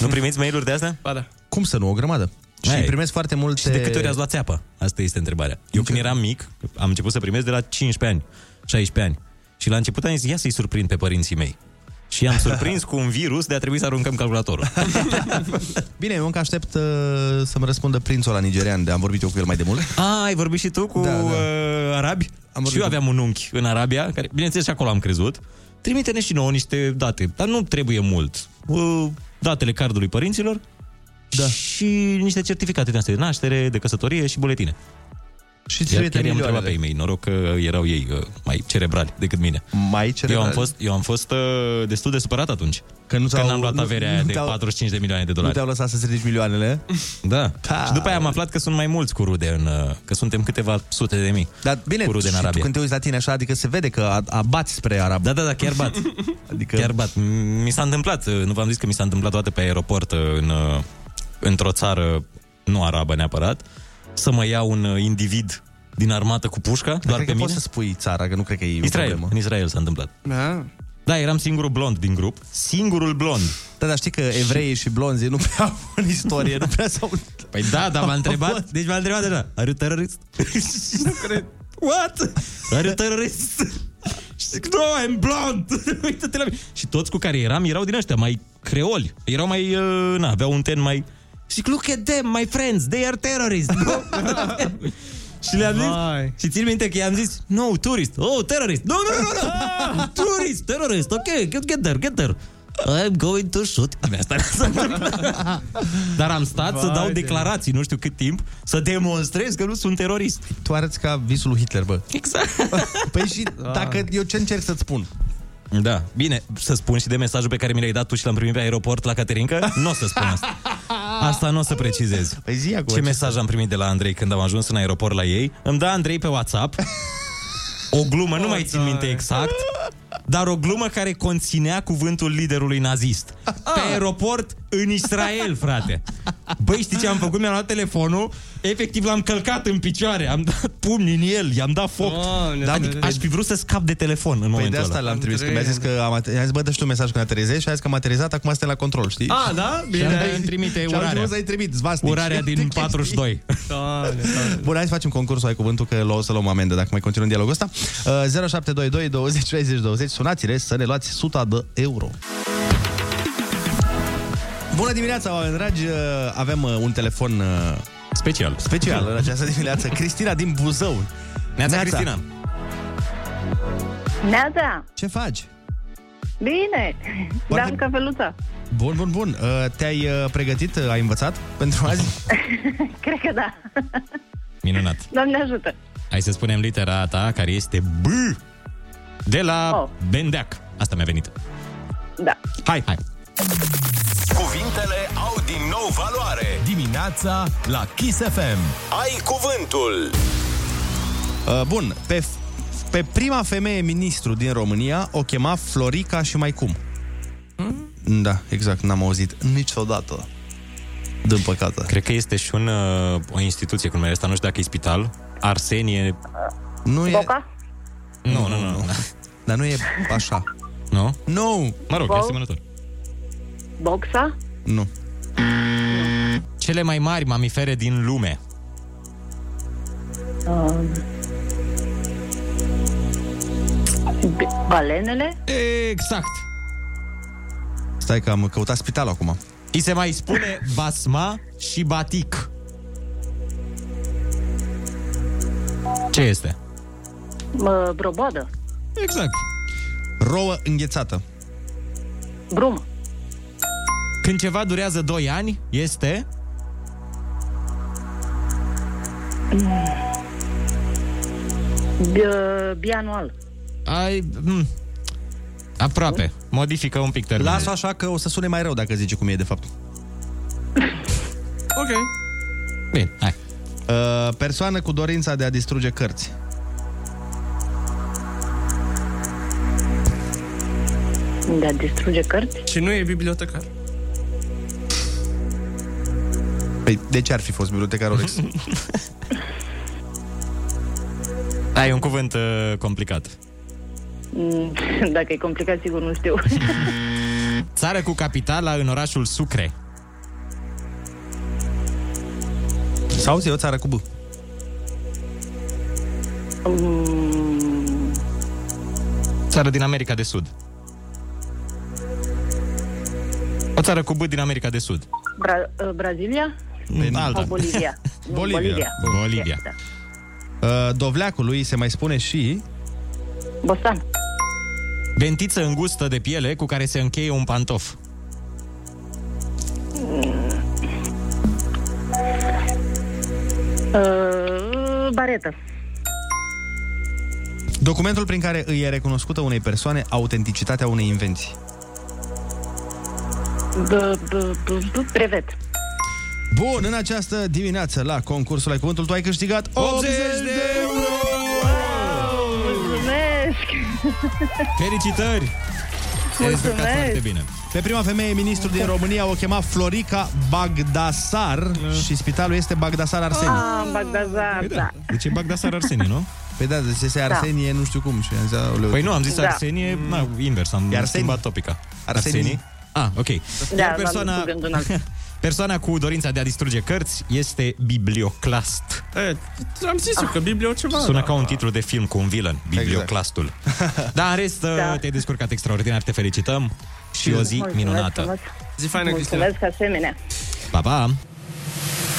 nu primiți mail-uri de astea?
Ba da.
Cum să nu? O grămadă. Și
Hai.
primesc foarte multe...
Și de câte ori ați luat țeapă? Asta este întrebarea. Eu când eram mic, am început să primesc de la 15 ani, 16 ani. Și la început am zis, ia să-i surprind pe părinții mei. Și am surprins cu un virus de a trebui să aruncăm calculatorul.
Bine, eu încă aștept uh, să-mi răspundă prințul la nigerian, de am vorbit eu cu el mai de mult.
A, ai vorbit și tu cu da, da. Uh, arabi? Am și eu aveam un unchi în Arabia, care, bineînțeles, și acolo am crezut. Trimite-ne și nouă niște date, dar nu trebuie mult. Uh, datele cardului părinților da. și niște certificate din astea de naștere, de căsătorie și buletine.
Și
Iar chiar i-am întrebat pe ei mei, noroc că erau ei uh, mai cerebrali decât mine.
Mai
Eu
cerebrali?
am fost, eu am fost uh, destul de supărat atunci.
Că nu
când
ți-au-
am luat
nu-
averea
nu
aia de
te-au-
45 de milioane de
Nu
dolari.
te-au lăsat să-ți ridici milioanele?
Da. Și după aia am aflat că sunt mai mulți cu rude în... uh, Că suntem câteva sute de mii
Dar bine,
cu rude în
și tu
Arabia.
când te uiți la tine așa, adică se vede că a- abați spre arab.
Da, da, da, chiar bat.
adică...
Chiar bat. Mi s-a întâmplat, uh, nu v-am zis că mi s-a întâmplat toate pe aeroport uh, în, uh, într-o țară nu arabă neapărat, să mă ia un uh, individ din armată cu pușca, doar
cred
pe
că
mine.
poți să spui țara, că nu cred că e
Israel,
o problemă.
în Israel s-a întâmplat.
Da.
Da, eram singurul blond din grup. Singurul blond.
Da, dar știi că evreii și blonzii nu prea au în istorie, nu prea s-au...
Păi da, dar m-a întrebat, deci m-a întrebat deja, are un terorist? nu cred. What? Are un terorist? Și zic, no, I'm blond! Uită-te la mine! Și toți cu care eram, erau din ăștia, mai creoli. Erau mai, uh, na, aveau un ten mai... Și zic, look at them, my friends, they are terrorists! și le-am zis,
Vai.
și țin minte că i-am zis, no, tourist, oh, terrorist, no, no, no, no, tourist, terrorist, ok, get, get there, get there. I'm going to shoot. Asta s-a întâmplat. Dar am stat să
Vai
dau
de
declarații, nu știu cât timp, să demonstrez că nu sunt terorist.
Tu arăți ca visul lui Hitler, bă.
Exact.
Păi și dacă eu ce încerc să-ți spun?
Da, bine, să spun și de mesajul pe care mi l-ai dat tu și l-am primit pe aeroport la Caterinca, nu o să spun asta. Asta nu o să precizez.
Păi zi acum,
ce,
ce
mesaj am primit de la Andrei când am ajuns în aeroport la ei? Îmi da Andrei pe WhatsApp o glumă,
Oh,
nu mai țin minte exact, dar o glumă care conținea cuvântul liderului nazist.
Ah.
Pe aeroport în Israel, frate. Băi, știi ce am făcut? Mi-am luat telefonul, efectiv l-am călcat în picioare, am dat pumni în el, i-am dat foc.
Doamne,
Dar
Doamne.
aș fi vrut să scap de telefon în
Păi
momentul
de asta
ăla.
l-am trimis, că mi-a zis că am ater- i-a zis, bă, dă și tu mesaj când aterizezi și a zis că am aterizat, acum suntem la control, știi?
A, da? Bine.
Și am-
Îmi trimite
și am
urarea.
ajuns să-i trimit, zvasnici.
Urarea din 42.
Doamne,
Bun, hai să facem concursul, ai cuvântul că l-o să luăm amendă dacă mai continuăm dialogul ăsta. Uh, 0722 20 60 20, sunați-le să ne luați 100 de euro. Bună dimineața, oameni dragi! Uh, Avem uh, un telefon uh,
special.
Special în această dimineață. Cristina din Buzău.
Neața, Cristina.
Neața,
Ce faci?
bine!
Foarte-
Dam cafeluța.
Bun, bun, bun. Uh, Te-ai uh, pregătit? Uh, Ai învățat pentru azi?
Cred că da.
Minunat.
Doamne ajută!
Hai să spunem litera ta, care este B, de la oh. Bendeac. Asta mi-a venit.
Da.
Hai. Hai.
Cuvintele au din nou valoare.
Dimineața la Kiss FM.
Ai cuvântul.
Uh, Bun, pe, f- pe prima femeie ministru din România o chema Florica și mai cum. Da, exact, n-am auzit niciodată. Din păcate.
Cred că este și un, uh, o instituție, cum mai asta, nu știu dacă e spital. Arsenie...
Nu e...
Boca?
Nu, nu, nu.
Dar nu e așa.
Nu?
Nu!
Mă rog,
Bol?
e asemănător.
Boxa?
Nu.
Cele mai mari mamifere din lume.
Um, b- balenele?
Exact.
Stai că am căutat spitalul acum.
Îi se mai spune basma și batic. Ce este?
Mă, broboadă?
Exact.
Rouă înghețată.
Brum?
Când ceva durează 2 ani, este...
B- uh, bianual?
Ai... Mm. Aproape. Modifică un pic termenul.
Las-o așa că o să sune mai rău dacă zice cum e de fapt.
Ok.
Bine, hai.
Uh, persoană cu dorința de a distruge cărți.
De a distruge cărți?
Și nu e bibliotecar.
Păi, de ce ar fi fost bibliotecarul Rex?
Ai un cuvânt uh, complicat.
Mm, Dacă e complicat, sigur nu știu.
Țară cu capitala în orașul Sucre.
Sau zi o țară cu B.
Mm,
Țară din America de Sud. O țară cu B din America de Sud.
Bra- uh, Brazilia?
Mm,
Alta.
da.
Sau Bolivia? Nu,
Bolivia. Bolivia.
Da.
Uh, dovleacului se mai spune și...
Bostan.
Dentiță îngustă de piele cu care se încheie un pantof.
Uh, baretă.
Documentul prin care îi e recunoscută unei persoane autenticitatea unei invenții.
B- b- b- b- brevet.
Bun, în această dimineață la concursul Ai Cuvântul tu ai câștigat 80 de euro!
Mulțumesc!
Felicitări! Te-ai descurcat
Mulțumesc!
foarte bine.
Pe prima femeie ministru din România o chema Florica Bagdasar
Mm.
și spitalul este Bagdasar Arsenie.
Ah, Bagdazar, da.
Deci e Bagdasar Arsenie, nu?
Păi da, zisese Arsenie, nu știu cum. Și am zis, aoleu.
Păi nu, am zis
Da.
Arsenie, na, invers, am
Arsenii.
schimbat topica.
Arsenii.
Ah, ok.
Da,
Iar
l-am
persoana,
dus cu gândul în alt.
persoana cu dorința de a distruge cărți este biblioclast.
E, am zis eu că Biblia e ceva.
Sună
da.
ca un titlu de film cu un villain, biblioclastul. Dar în rest, da. te-ai descurcat extraordinar, te felicităm și o zi
Mulțumesc
minunată.
frumos.
Zi faină, Cristina.
Mulțumesc asemenea.
Pa, pa!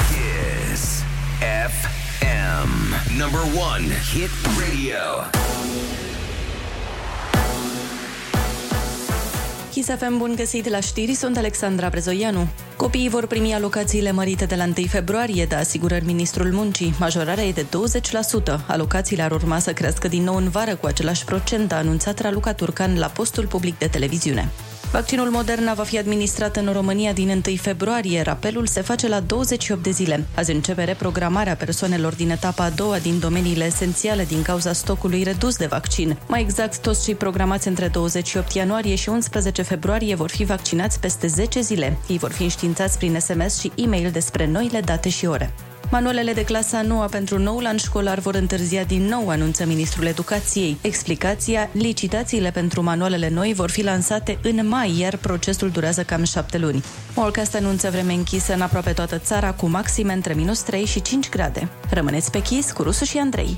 Kiss FM. Number one hit radio.
Chisafem, bun găsit la știri, sunt Alexandra Brezoianu. Copiii vor primi alocațiile mărite de la 1 februarie, de asigurări Ministrul Muncii. Majorarea e de 20%. Alocațiile ar urma să crească din nou în vară cu același procent, a anunțat Raluca Turcan la postul public de televiziune. Vaccinul Moderna va fi administrat în România din 1 februarie. Rapelul se face la 28 de zile. Azi începe reprogramarea persoanelor din etapa a doua din domeniile esențiale din cauza stocului redus de vaccin. Mai exact, toți cei programați între 28 ianuarie și 11 februarie vor fi vaccinați peste 10 zile. Ei vor fi înștiințați prin SMS și e-mail despre noile date și ore. Manualele de clasa 9 pentru noul an școlar vor întârzia din nou, anunță ministrul educației. Explicația, licitațiile pentru manualele noi vor fi lansate în mai, iar procesul durează cam șapte luni. Morcast anunță vreme închisă în aproape toată țara, cu maxime între minus 3 și 5 grade. Rămâneți pe chis cu Rusu și Andrei.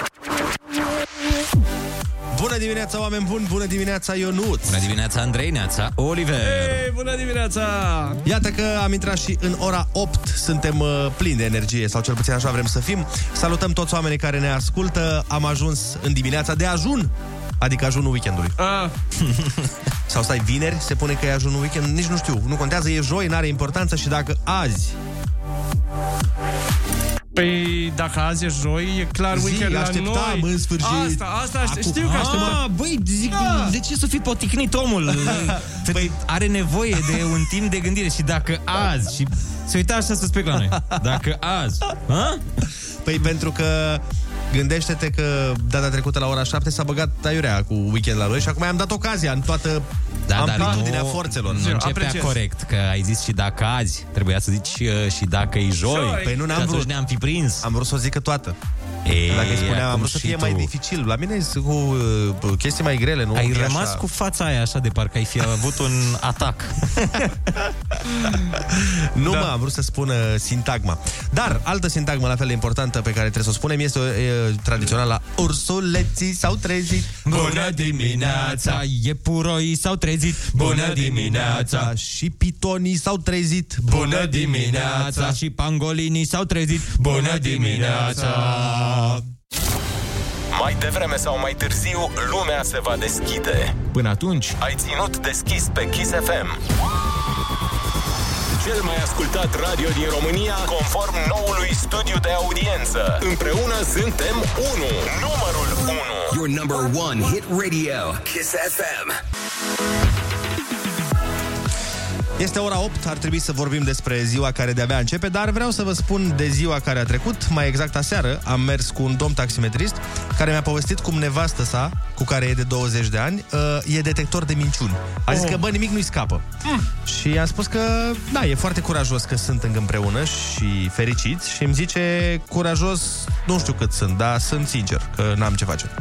Bună dimineața, oameni buni! Bună dimineața, Ionuț!
Bună dimineața, Andrei, neața, Oliver!
Ei, bună dimineața!
Iată că am intrat și în ora 8, suntem uh, plini de energie, sau cel puțin așa vrem să fim. Salutăm toți oamenii care ne ascultă, am ajuns în dimineața de ajun, adică ajunul weekendului.
Ah.
sau stai vineri, se pune că e ajunul weekend, nici nu știu, nu contează, e joi, n-are importanță și dacă azi
Păi dacă azi e joi, e clar
Zi,
weekend la
așteptam,
noi.
în sfârșit.
Asta, asta aștept,
Acum-
știu că
Ah,
așteptam.
băi, zic, de ce să fii poticnit omul? Păi are nevoie de un timp de gândire și dacă azi, și se uita așa să spui la noi, dacă azi, a?
Păi pentru că gândește-te că data trecută la ora 7 s-a băgat aiurea cu weekend la noi și acum i-am dat ocazia în toată da, amplitudinea forțelor.
Nu începea corect, că ai zis și dacă azi, trebuia să zici uh, și dacă e joi.
Păi nu
Și
n-am
atunci
vrut.
ne-am fi prins.
Am vrut să o zică toată.
Ei,
Dacă îi spuneam, am
acum
vrut să
și
fie mai
tu.
dificil. La mine e cu uh, chestii mai grele, nu?
Ai
E
rămas
așa.
cu fața aia așa de parcă ai fi avut un atac.
Nu, da. mă, am vrut să spun uh, sintagma. Dar, altă sintagmă la fel de importantă pe care trebuie să o spunem este uh, tradiționala Ursuleții s-au trezit.
Bună dimineața, iepuroii s-au trezit. Bună dimineața.
Și pitonii s-au trezit.
Bună dimineața Și pangolinii s-au trezit Bună dimineața
Mai devreme sau mai târziu, lumea se va deschide.
Până atunci,
Ai ținut deschis pe Kiss FM. Cel mai ascultat radio din România, conform noului studiu de audiență. Împreună suntem 1, numărul 1.
Your number one hit radio, Kiss FM.
Este ora 8, ar trebui să vorbim despre ziua care de-abia începe, dar vreau să vă spun de ziua care a trecut. Mai exact aseară am mers cu un domn taximetrist care mi-a povestit cum nevastă sa, cu care e de 20 de ani, uh, e detector de minciuni. A zis
Oh.
că, bă, nimic nu-i scapă. Și i-am spus că, da, e foarte curajos că sunt încă împreună și fericiți și îmi zice, curajos, nu știu cât sunt, dar sunt sincer, că n-am ce face.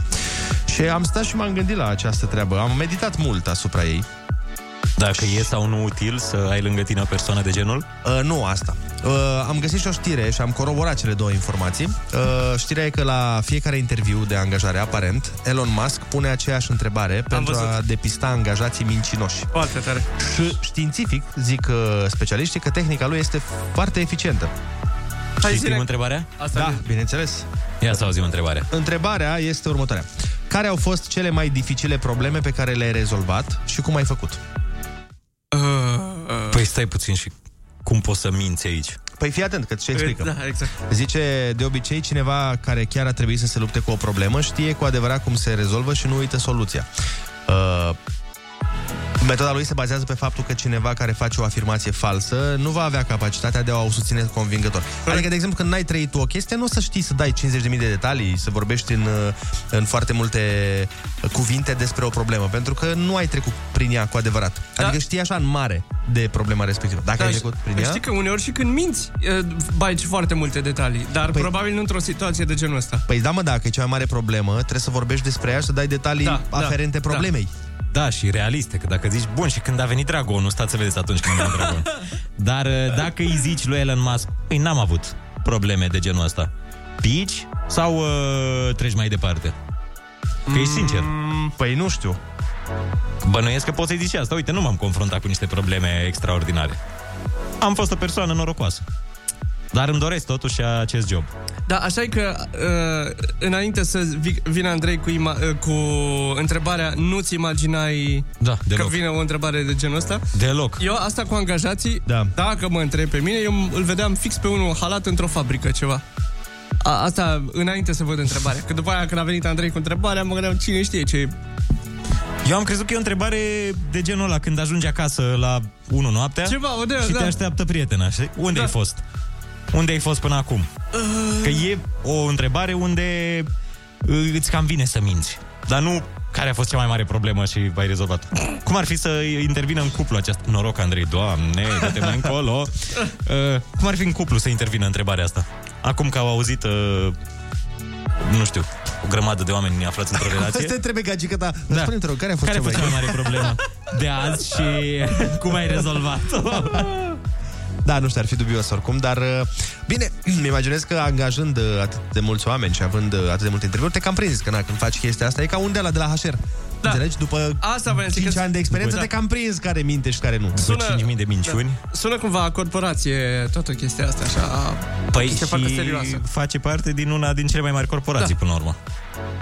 Și am stat și m-am gândit la această treabă, am meditat mult asupra ei.
Dacă e sau nu util să ai lângă tine o persoană de genul?
Uh, nu asta. Uh, am găsit și o știre și am coroborat cele două informații. Uh, știrea e că la fiecare interviu de angajare aparent, Elon Musk pune aceeași întrebare pentru
văzut.
a depista angajații mincinoși.
Foarte tare.
Și științific, zic uh, specialiștii, că tehnica lui este foarte eficientă.
Hai Știm direct. întrebarea?
Asta da, bineînțeles.
Ia să auzim întrebarea
Întrebarea este următoarea. Care au fost cele mai dificile probleme pe care le-ai rezolvat și cum ai făcut?
Păi stai puțin și cum poți să minți aici?
Păi fii atent că ce explică.
Da,
exact.
Zice, de obicei, cineva care chiar a trebuit să se lupte cu o problemă știe cu adevărat cum se rezolvă și nu uită soluția. Uh, metoda lui se bazează pe faptul că cineva care face o afirmație falsă nu va avea capacitatea de a o susține convingător. Adică, de exemplu, când n-ai trăit tu o chestie, nu o să știi să dai 50.000 de detalii, să vorbești în, uh, în foarte multe uh, cuvinte despre o problemă, pentru că nu ai trecut prin ea cu adevărat. Adică știi așa în mare de problema respectivă. Dacă ai trecut prin
Păi
ea...
Știi că uneori și când minți, eh, bagi foarte multe detalii, dar păi... probabil nu într-o situație de genul ăsta.
Păi da, mă, dacă e cea mai mare problemă, trebuie să vorbești despre ea și să dai detalii da, aferente da, problemei.
Da, și realiste, că dacă zici, bun, și când a venit Dragonul, stați să vedeți atunci când a venit Dragonul. Dar uh, dacă îi zici lui Elon Musk, păi n-am avut probleme de genul ăsta. Pici sau uh, treci mai departe? Că ești sincer.
Păi nu știu.
Bănuiesc că poți să-i zici asta. Uite, nu m-am confruntat cu niște probleme extraordinare. Am fost o persoană norocoasă. Dar îmi doresc totuși acest job.
Da, așa e că uh, înainte să vi- vină Andrei cu, ima- uh, cu întrebarea nu-ți imaginai
da,
că vine o întrebare de genul ăsta?
Deloc.
Eu asta cu angajații,
da.
dacă mă întreb pe mine, eu îl vedeam fix pe unul halat într-o fabrică, ceva. A, asta înainte să văd întrebarea. Că după aia când a venit Andrei cu întrebarea, mă gândeam cine știe ce
Eu am crezut că e o întrebare de genul ăla când ajungi acasă la 1 noaptea
Ceva, o de-
și te
da.
așteaptă prietena. știi? Unde da. ai fost? Unde ai fost până acum?
Uh.
Că e o întrebare unde uh, îți cam vine să minți. Dar nu care a fost cea mai mare problemă și ai rezolvat. Cum ar fi să intervină în cuplu această... Noroc, Andrei, doamne, dă-te mai încolo. Uh, cum ar fi în cuplu să intervină întrebarea asta? Acum că au auzit, uh, nu știu, o grămadă de oameni aflați într-o relație.
Asta trebuie gagică ta. Da. Spune-mi, te rog, care a fost
Care
cea
a fost cea mai mare problemă de azi și cum ai rezolvat-o?
Da, nu știu, ar fi dubios oricum, dar uh, bine, îmi imaginez că angajând uh, atât de mulți oameni și având uh, atât de multe interviuri, te cam prinzi, că na, când faci chestia asta, e ca undela de la HR. Da. Înțelegi? După
Asta vreau să
5 ani de experiență
Păi
Da.
te cam prinzi care minte și care nu.
Da. Sună cumva a corporație toată chestia asta, așa...
Păi
chestie
și
foarte serioasă.
face parte din una din cele mai mari corporații, da. până la urmă.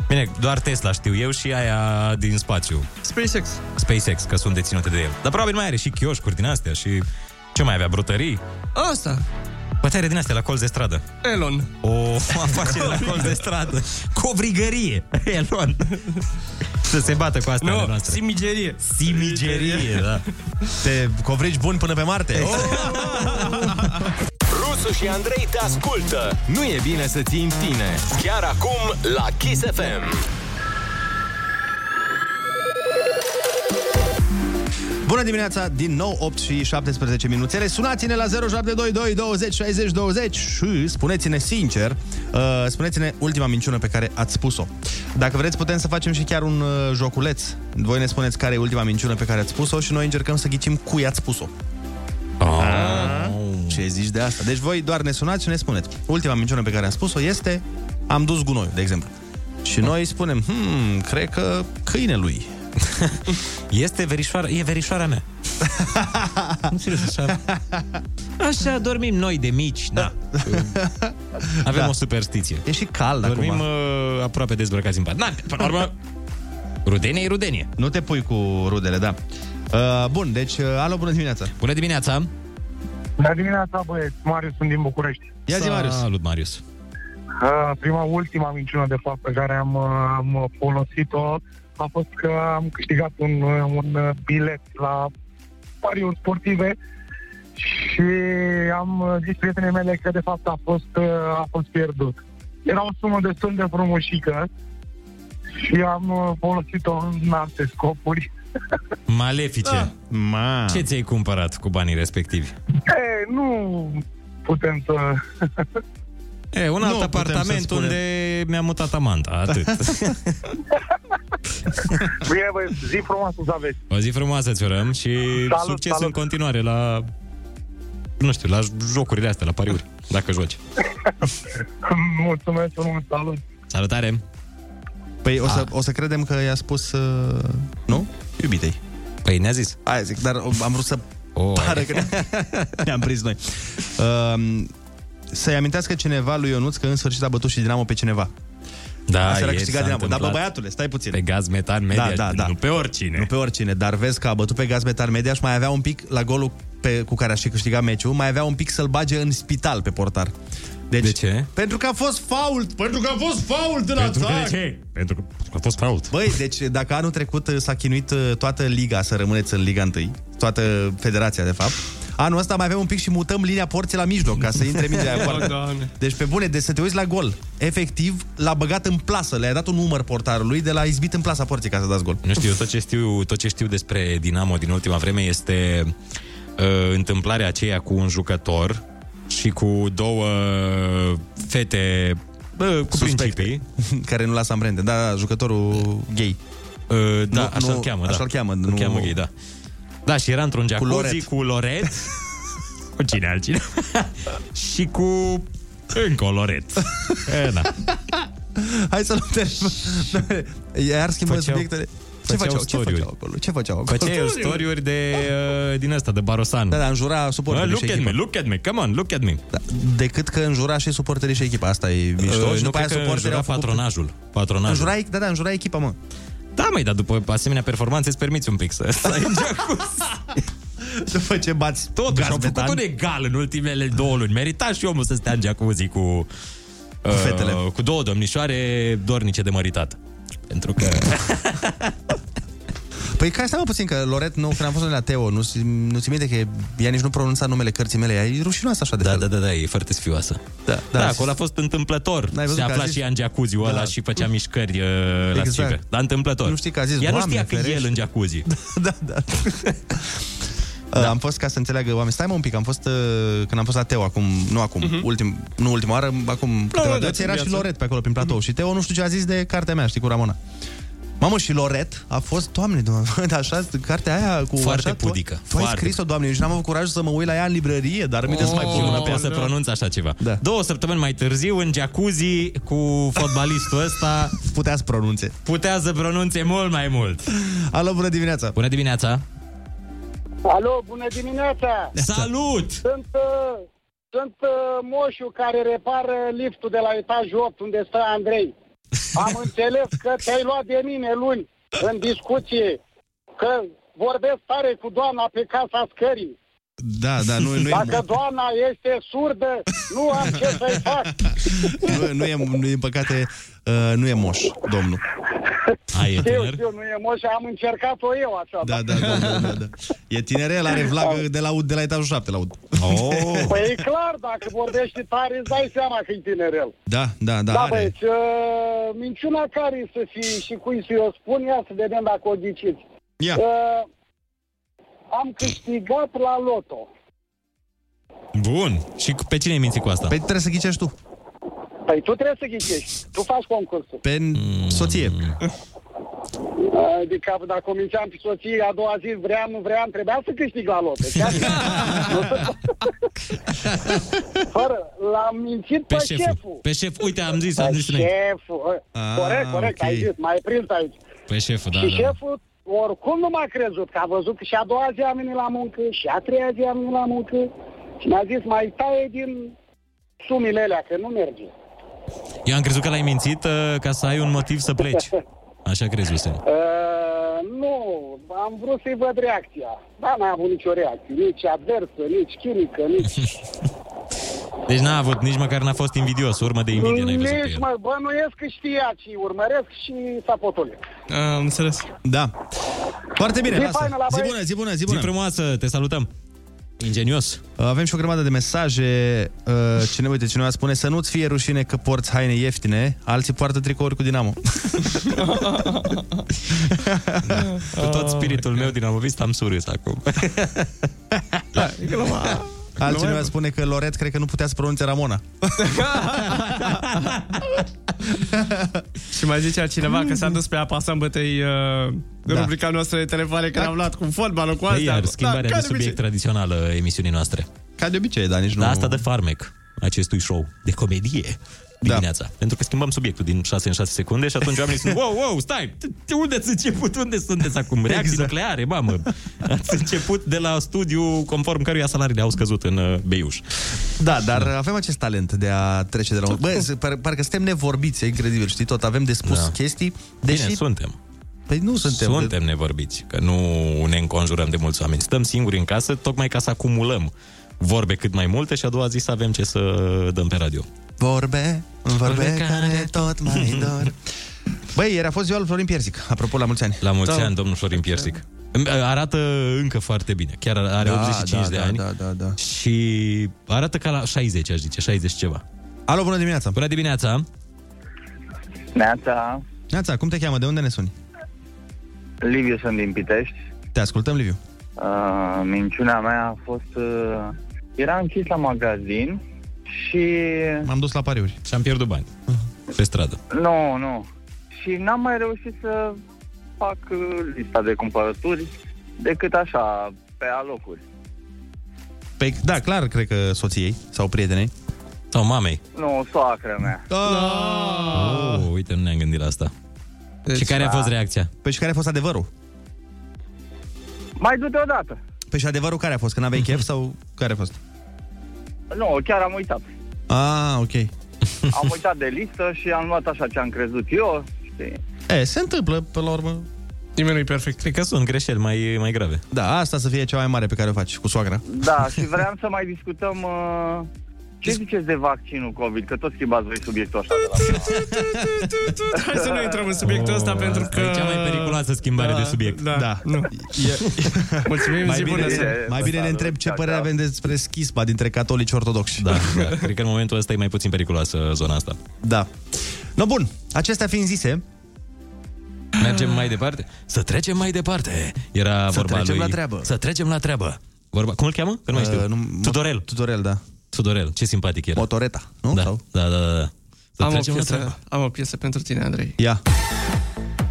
Bine, doar Tesla știu eu și aia din spațiu.
SpaceX.
SpaceX, că sunt deținute de el. Dar probabil mai are și chioșcuri din astea și... Ce mai avea? Brutării?
Asta.
Poate are din astea la colț de stradă.
Elon.
O afacere la colț de stradă. Covrigărie. Elon. Să se bată cu asta
Nu,
ale noastre.
simigerie.
Simigerie, da.
Te covrigi bun până pe Marte.
Exact.
Oh!
Rusu și Andrei te ascultă.
Nu e bine să ții în tine.
Chiar acum la Kiss FM.
Bună dimineața, din nou 8 și 17 minuțele. Sunați-ne la 0722 20 60 20 și spuneți-ne sincer, uh, spuneți-ne ultima minciună pe care ați spus-o. Dacă vreți, putem să facem și chiar un uh, joculeț. Voi ne spuneți care e ultima minciună pe care ați spus-o și noi încercăm să ghicim cui ați spus-o. Ah. Ce zici de asta? Deci voi doar ne sunați și ne spuneți. Ultima minciună pe care am spus-o este am dus gunoiul, de exemplu. Și noi spunem, hmm, cred că câinelui.
este verișoara, e verișoara mea. Nu serios, așa. Așa dormim noi de mici, da. Avem
Da.
o superstiție.
E și cald
dormim,
acum.
uh, aproape dezbrăcați în pat. Na, până la urmă, rudenie e rudenie.
Nu te pui cu rudele, da. Uh, bun, deci, uh, alo, bună dimineața.
Bună dimineața.
Bună dimineața, băieți. Marius, sunt din București.
Ia zi, Marius.
Salut, Marius.
Uh, prima, ultima minciună, de fapt, pe care am, uh, am folosit-o a fost că am câștigat un, uh, un uh, bilet la pariuri sportive și am uh, zis prietenii mele că, de fapt, a fost, uh, a fost pierdut. Era o sumă destul de frumușică și am uh, folosit-o în alte scopuri.
Malefice. Da.
Ma.
Ce ți-ai cumpărat cu banii respectivi?
E, nu putem să...
E, un
Nu
alt
putem să
apartament
spunem.
unde mi-a mutat amanta, atât.
Bine, băi, zi frumoasă să aveți.
O zi frumoasă ți urăm și salut,
Salut,
succes
salut.
în continuare la nu știu, la jocurile astea, la pariuri, dacă joci.
Mulțumesc frumos, salut!
Salutare!
Păi
Ah.
o să, o să credem că i-a spus, uh, nu? Iubitei.
Păi ne-a zis.
Aia zic, dar am vrut să
oh,
pară că ne- ne-am prins noi. Uh, să-i amintească cineva lui Ionuț că în sfârșit a bătut și Dinamo pe cineva.
Da,
Aseară a
ieri
câștigat
s-a
Dinamo. Dar, bă,
întâmplat
băiatule, stai puțin.
Pe gaz metan media,
da, da, da.
nu pe oricine.
Nu pe oricine, dar vezi că a bătut pe gaz metal media și mai avea un pic la golul pe, cu care a și câștigat meciul, mai avea un pic să-l bage în spital pe portar. Deci, de ce? Pentru că a fost fault! Pentru că a fost fault în
Pentru că
atac!
de ce? Pentru că a fost fault.
Exact. Băi, deci dacă anul trecut uh, s-a chinuit uh, toată liga să rămâneți în Liga 1, toată federația de fapt, anul ăsta mai avem un pic și mutăm linia porții la mijloc ca să intre mingea aia
O,
foarte.
Doamne.
Deci pe bune, de să te uiți la gol. Efectiv, l-a băgat în plasă, le-a dat un număr portarului de la izbit în plasa porții ca să dați gol.
Nu știu, eu tot ce știu, tot ce știu despre Dinamo din ultima vreme este uh, întâmplarea aceea cu un jucător și cu două fete uh, cu principii.
Care nu lasă amprente. Da, jucătorul gay.
Uh, da,
Nu-
așa
nu-
îl cheamă, da.
așa îl cheamă,
Îl
nu-
cheamă gay, da. Da, și era într-un jacuzzi cu
Loret.
Loret, cu, Loret, cu cine altcineva, și cu încă o Loret. e, da.
Hai să luăm telefon. Iar schimbăm
Făceau-
subiectele. Ce
făceau
făceau? Ce
story-uri.
făceau acolo? Ce făceau acolo?
Făceai story-uri de, uh, din asta, de Barosan.
Păi, Da, da, înjura
Mă,
suporterii
look
și
at me,
echipa.
look at me, come on, look at me.
Da, decât că înjura și suporterii și echipa. Asta e mișto.
Uh,
și
nu
după aia
cred că
suporterii
înjura
au făcut...
patronajul. patronajul.
Înjura, ech- da, da, înjura echipa, mă.
Da, măi, dar după asemenea performanțe îți permiți un pic să stai în
jacuzzi. După ce bați
Totuși,
gaz
au făcut
metan.
un egal în ultimele două luni. Merita și omul să stea în jacuzzi cu... Cu
fetele.
Cu două domnișoare dornice de măritat. Pentru că...
Păi care stai mă puțin că Loret, nu, când am fost noi la Teo, nu, nu ți minte că ea nici nu pronunța numele cărții mele, ea e rușinoasă așa de
Da, da, da, da, e foarte sfioasă.
Da,
Da, acolo a fost întâmplător.
N-ai văzut
Se
că a
afla
zis-
și ea în jacuzzi ăla
Da. Exact.
și făcea mișcări uh, lascive. Dar întâmplător.
Nu știi că a zis,
Ea nu
"Doamne,
știa că e
ferește."
el în jacuzzi.
Da, da. Da. Am fost ca să înțeleagă oameni. Stai mă un pic, am fost uh, când am fost la Teo acum, nu acum,
Mhm.
uh-huh. ultim, nu ultima oară,
Da,
acum câteva
dată
dăți,
în
era și
viață.
Loret pe acolo prin
Mhm.
platou uh-huh. și Teo nu știu ce a zis de cartea mea, știi, cu Ramona. Mamă, și Loret a fost, doamne, doamne așa, cartea aia cu
Foarte
așa,
pudică,
Tu, tu ai
foarte. Oh,
scris-o, doamne, eu și n-am avut curajul să mă uit la ea în librărie, dar mi să mai da. pun
nu
una
putea să pronunț așa ceva. Da. Două săptămâni mai târziu, în jacuzzi, cu fotbalistul ăsta...
Putea să pronunțe.
Putea să pronunțe mult mai mult.
Alo, bună dimineața!
Bună dimineața!
Alo, bună dimineața!
Salut!
Sunt, uh, sunt uh, moșul care repară liftul de la etajul 8 unde stă Andrei. Am înțeles că te-ai luat de mine luni în discuție, că vorbesc tare cu doamna pe casa scării.
Da, da, nu, nu,
Dacă
e,
doamna este surdă, nu am ce să-i fac.
nu, nu, e, nu e, din păcate, uh, nu e moș, domnul. Ai,
Știu, știu, nu e moș, am încercat-o eu așa.
Da, da, da, da, da, da. E tinerel, are vlagă de la, de la etajul 7 la ud. Oh.
Păi e clar, dacă vorbești tare, îți dai seama că e tinerel.
Da, da, da,
Da,
are.
băieți, uh, minciuna care e să fie și cui să o spun, ia să vedem dacă o ghiciți.
Ia.
Uh, am câștigat la loto.
Bun. Și cu- pe cine ai mințit cu asta?
Păi trebuie să ghicești tu.
Păi tu trebuie să ghicești, tu faci concursul.
Pe soție.
Uh, Adică dacă o minceam pe soție, a doua zi vreau, nu vreau, trebuia să câștig la loto. chiar. Nu se- Fără, l-am mințit pe,
Pe șeful. Pe șef, uite, am zis, am zis înainte.
Șeful, uh,
Ah,
corect, corect,
ok.
ai zis, mai prins aici.
Pe șeful, da,
și
da.
șeful oricum nu m-a crezut, că a văzut că și a doua zi am venit la muncă, și a treia zi am venit la muncă, și mi-a zis, mai taie din sumile alea, că nu merge.
Eu am crezut că l-ai mințit uh, ca să ai un motiv să pleci. Așa crezusem.
Uh, nu, am vrut să-i văd reacția, dar n-a avut nicio reacție, nici adversă, nici chimică, nici...
Deci n-a avut, nici măcar n-a fost invidios, urmă de invidie n-ai văzut pe
nici
el.
mă bănuiesc că știa ce urmăresc și s-a potolit.
Am înțeles.
Da. Foarte bine,
Zi
lasă.
faină la
zi
băieți.
bună, zi bună, zi
Zi
bună.
frumoasă, te salutăm. Ingenios.
Uh, Avem și o grămadă de mesaje. Uh, Cine, uite, cineva spune să nu-ți fie rușine că porți haine ieftine, alții poartă tricouri cu Dinamo.
Cu tot spiritul meu din amovist am surâs acum.
Altcineva spune că Loret cred că nu putea să pronunțe Ramona.
Și mai zicea cineva că s-a dus pe apa să îmbătei uh,
Da. Păi
da. rubrica noastră de telefoane care am luat cu fotbalul, cu astea.
Iar
cu-
schimbarea
da,
de
ca
subiect tradițională a emisiunii noastre.
Ca de obicei, da, nici nu...
La asta de farmec, acestui show de comedie dimineața. Da. Pentru că schimbăm subiectul din 6 în 6 secunde și atunci oamenii sunt wow, wow, stai, de unde ați început, unde sunteți acum? Reacții
Exact.
nucleare, mamă. Ați început de la studiu conform căruia salariile au scăzut în uh, Beiuș.
Da, dar avem acest talent de a trece de la un... Bă, se- par, parcă suntem nevorbiți, e incredibil, știi, tot avem de spus
Da.
da. chestii,
Deși...
deși...
Bine, suntem.
Păi nu suntem.
Suntem nevorbiți, că nu ne înconjurăm de mulți oameni. Stăm singuri în casă, tocmai ca să acumulăm vorbe cât mai multe și a doua zi să avem ce să dăm pe radio.
Vorbe, vorbe
Vorbe
care de tot mai dor. Băi, ieri a fost ziua lui Florin Piersic, apropo, la mulți ani.
La mulți
Da.
ani, domnul Florin Piersic. Îmi- ă, Arată încă foarte bine. Chiar are
Da,
85
da,
de
da,
ani.
da, da, da.
Și arată ca la 60, aș zice, 60 ceva.
Alo, bună dimineața!
Bună dimineața!
Neața! Neața, cum te cheamă? De unde ne suni?
Liviu sunt din Pitești.
Te ascultăm, Liviu.
Uh, minciuna mea a fost... Uh, era închis la magazin și...
M-am dus la pariuri.
Și am pierdut bani.
Mhm.
Pe stradă.
Nu, nu. Și n-am mai reușit să fac uh, lista de cumpărături decât așa, pe alocuri.
Păi, da, clar, cred că soției sau prietenei.
Sau mamei.
Nu, soacră mea.
Da.
Oh, uite, nu ne-am gândit la asta. Deci, și care a fost
Da.
reacția?
Păi și care a fost adevărul?
Mai du-te odată.
Păi și adevărul care a fost? Că n-aveai chef sau care a fost?
Nu, chiar am uitat.
Ah, ok.
Am uitat de listă și am luat așa ce am crezut eu. Știi?
E, se întâmplă, pe la urmă.
Nimeni nu-i perfect. Cred că sunt greșeli mai, mai grave.
Da, asta să fie cea mai mare pe care o faci cu soacra.
Da, și vreau să mai discutăm... Uh, ce ziceți de vaccinul COVID? Că tot schimbați voi subiectul ăsta de la...
Hai să nu intrăm în
Oh,
subiectul ăsta pentru Păi, că...
E cea mai periculoasă schimbare
Da,
de subiect.
Da. da. Nu. Mulțumim,
mai
zi
bine,
bună, zi.
mai bine ne întreb ce părere avem despre schisma dintre catolici ortodoxi.
Da, da. Cred că în momentul ăsta e mai puțin periculoasă zona asta.
da. No, bun, acestea fiind zise,
Mergem mai departe? Să trecem mai departe. Era
Să
vorba
trecem
lui...
la treabă.
Să trecem la treabă. Vorba, cum îl cheamă? Că nu mai știu.
Uh,
Uh,
nu-
nu, Tudorel.
Tudorel, da.
Tudorel, ce simpatic era.
Motoreta, nu?
Da, da, da. da, da. Să
Am o,
trecem la
piesă, am o piesă pentru tine, Andrei.
Ia.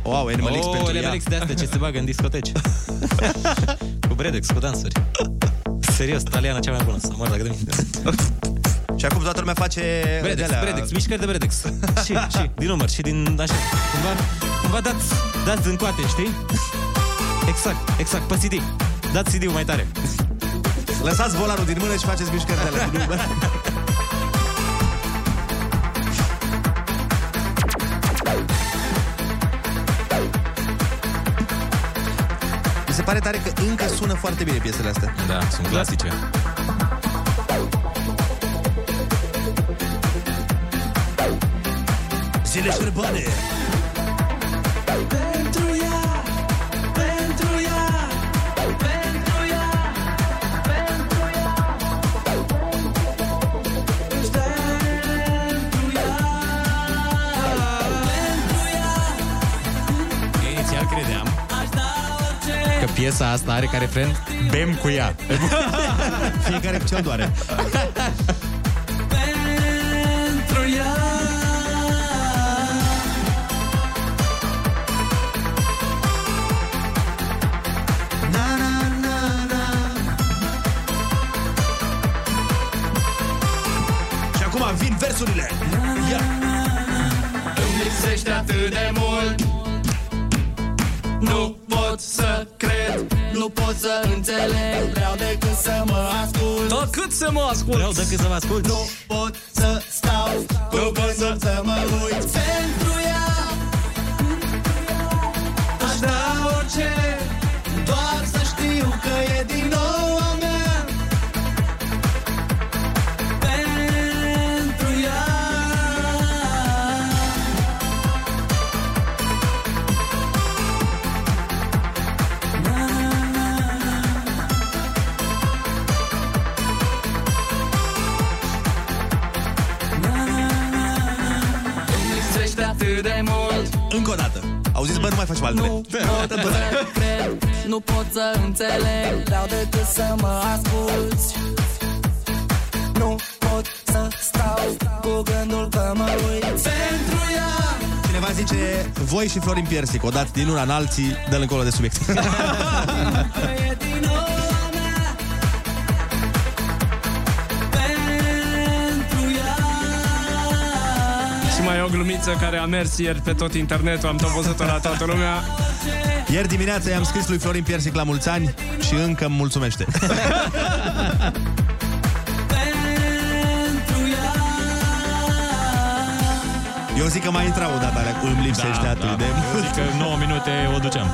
Wow,
Animal X
oh,
pentru
Animal
ea.
X de astea ce se bagă în discoteci. cu bredex, cu dansuri. Serios, Taliana cea mai bună. Să mor dacă de mine.
Și acum toată lumea face
Bredex,
de-alea-
bredex, mișcări de bredex. și, și, din număr, și din așa. Cumva, cumva dați, dați în coate, știi? Exact, exact, pe CD. Dați CD-ul mai tare.
Lăsați volanul din mână și faceți mișcări de alea. Nu- Mi se pare tare că încă sună foarte bine piesele astea.
Da, sunt clasice.
Zile șerbane
Pentru ea, pentru ea, pentru ea, pentru ea. Ești pentru ea, pentru ea.
Inițial credeam
Aș da orice
că piesa asta are care refren Bem cu ea.
Fiecare cu ce doare.
pentru ea. Na, na, na, na.
Și acum vin versurile Ia
Îmi lipsești atât de mult Nu pot să cred Nu pot să înțeleg Vreau decât să mă ascult Tot cât să mă ascult
Vreau decât să mă ascult.
Nu pot să stau Nu pot să, să mă uit Pentru ea Aș da orice Doar să știu că e din nou a mea Pentru ea Îmi lipsește atât de mult
Încă o dată. Auziți, bă, nu mai faci altele. Nu,
cred, nu pot să înțeleg Vreau decât să mă asculți Nu pot să stau cu gândul că mă uit Pentru ea
Cineva zice, voi și Florin Piersic, o dați din una în alții, dă-l încolo de subiect.
că e din nou a mea Pentru ea
Și mai e o glumiță care a mers ieri pe tot internetul, am tot văzut-o la toată lumea.
Ieri dimineața i-am scris lui Florin Piersic la mulți ani și încă îmi mulțumește. Eu zic că mai intra o dată, alea, îmi lipsește da, atât da. de mult.
Zic că 9 minute o duceam.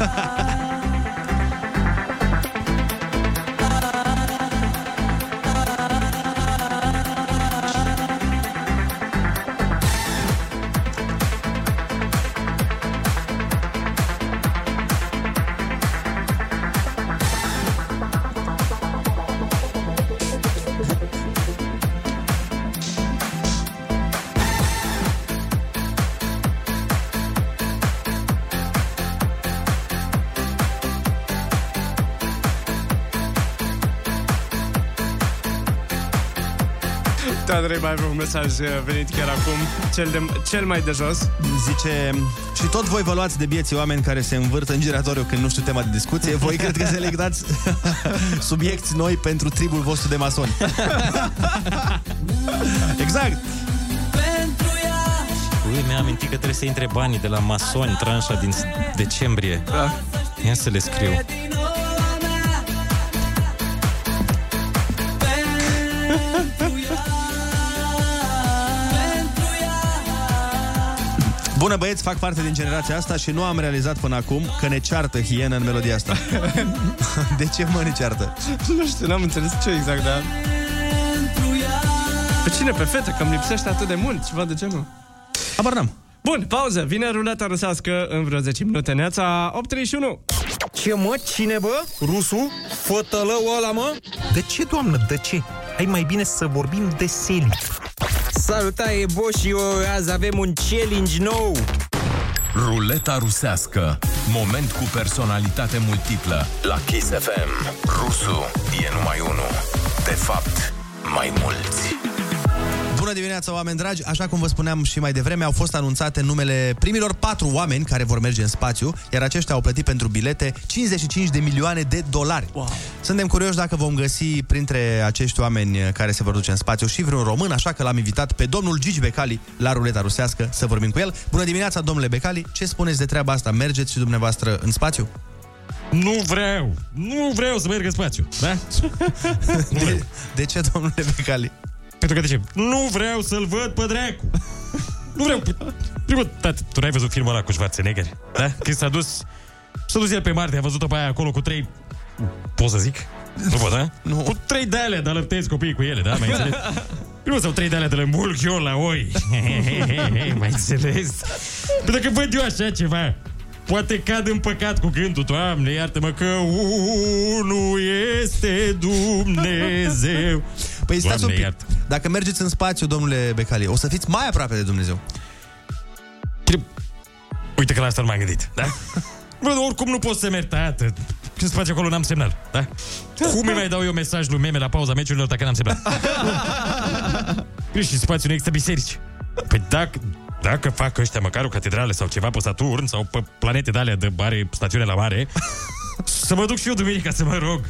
Da, Andrei, mai avem un mesaj uh, venit chiar acum, cel, de, cel mai de jos.
Zice, și tot voi vă luați de bieții oameni care se învârt în giratoriu când nu știu tema de discuție, voi cred că selectați subiecti noi pentru tribul vostru de masoni. exact!
Pentru ea
Ui, mi-am amintit că trebuie să intre banii de la masoni, tranșa din s- decembrie. Da. Ia să le scriu.
Bună băieți, fac parte din generația asta și nu am realizat până acum că ne ceartă hiena în melodia asta. De ce mă ne ceartă?
Nu știu, n-am înțeles ce exact, dar... Pe cine? Pe fete? Că îmi lipsește atât de mult, ceva de genul.
Abar n-am.
Bun, pauză. Vine ruleta rusească în vreo 10 minute. Neața 8.31.
Ce mă? Cine bă? Rusu? Fătălău ăla mă? De ce, doamnă, de ce? Hai mai bine să vorbim de seli. Salutare, Bo și eu, azi avem un challenge nou.
Ruleta rusească
Moment cu personalitate multiplă La Kiss FM Rusu e numai unul De fapt, mai mulți
Bună dimineața, oameni dragi! Așa cum vă spuneam și mai devreme, au fost anunțate numele primilor patru oameni care vor merge în spațiu, iar aceștia au plătit pentru bilete 55 de milioane de dolari. Wow. Suntem curioși dacă vom găsi printre acești oameni care se vor duce în spațiu și vreun român, așa că l-am invitat pe domnul Gigi Becali la ruleta rusească să vorbim cu el. Bună dimineața, domnule Becali! Ce spuneți de treaba asta? Mergeți și dumneavoastră în spațiu?
Nu vreau! Nu vreau să merg în spațiu, da?
De, de ce, domnule Becali?
Pentru că de ce? Nu vreau să-l văd pe dracu! Nu vreau... Primul, tată, tu n-ai văzut filmul ăla cu Schwarzenegger? Da? Când s-a dus... S-a dus el pe Marte, a văzut-o pe aia acolo cu trei... Pot să zic? Nu pot, da? Nu. Cu trei de alea, dar lăptezi copiii cu ele, da? Mai înțeles? Primul sau trei de alea de la mulg eu la oi. mai înțeles? Păi dacă văd eu așa ceva, Poate cad în păcat cu gândul, Doamne, iartă-mă că unul este Dumnezeu.
Păi stați un
Doamne,
pic.
iartă.
Dacă mergeți în spațiu, domnule Becali, o să fiți mai aproape de Dumnezeu.
Uite că la asta nu m-am gândit, da? Bă, oricum nu poți să mergi, tată. Când se face acolo, n-am semnal, da? Cum îi mai dau eu mesaj lui meme la pauza meciurilor dacă n-am semnal? Bine, și în spațiu nu există biserici. Păi dacă, dacă fac ăștia măcar o catedrală sau ceva pe Saturn sau pe planete de alea de mare, stațiune la mare, să mă duc și eu duminica să mă rog.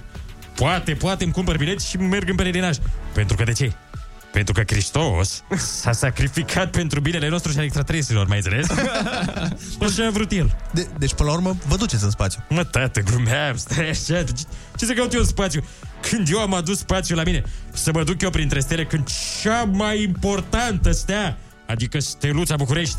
Poate, poate îmi cumpăr bilet și merg în pelerinaj. Pentru că de ce? Pentru că Hristos s-a sacrificat pentru binele nostru și al extraterestrilor, mai înțeles? Așa a vrut el.
De, deci, până la urmă, vă duceți în spațiu.
Mă, tată, glumeam, stai așa. de Ce, ce să caut eu în spațiu? Când eu am adus spațiul la mine, să mă duc eu printre stele când cea mai importantă stea, adică steluța București,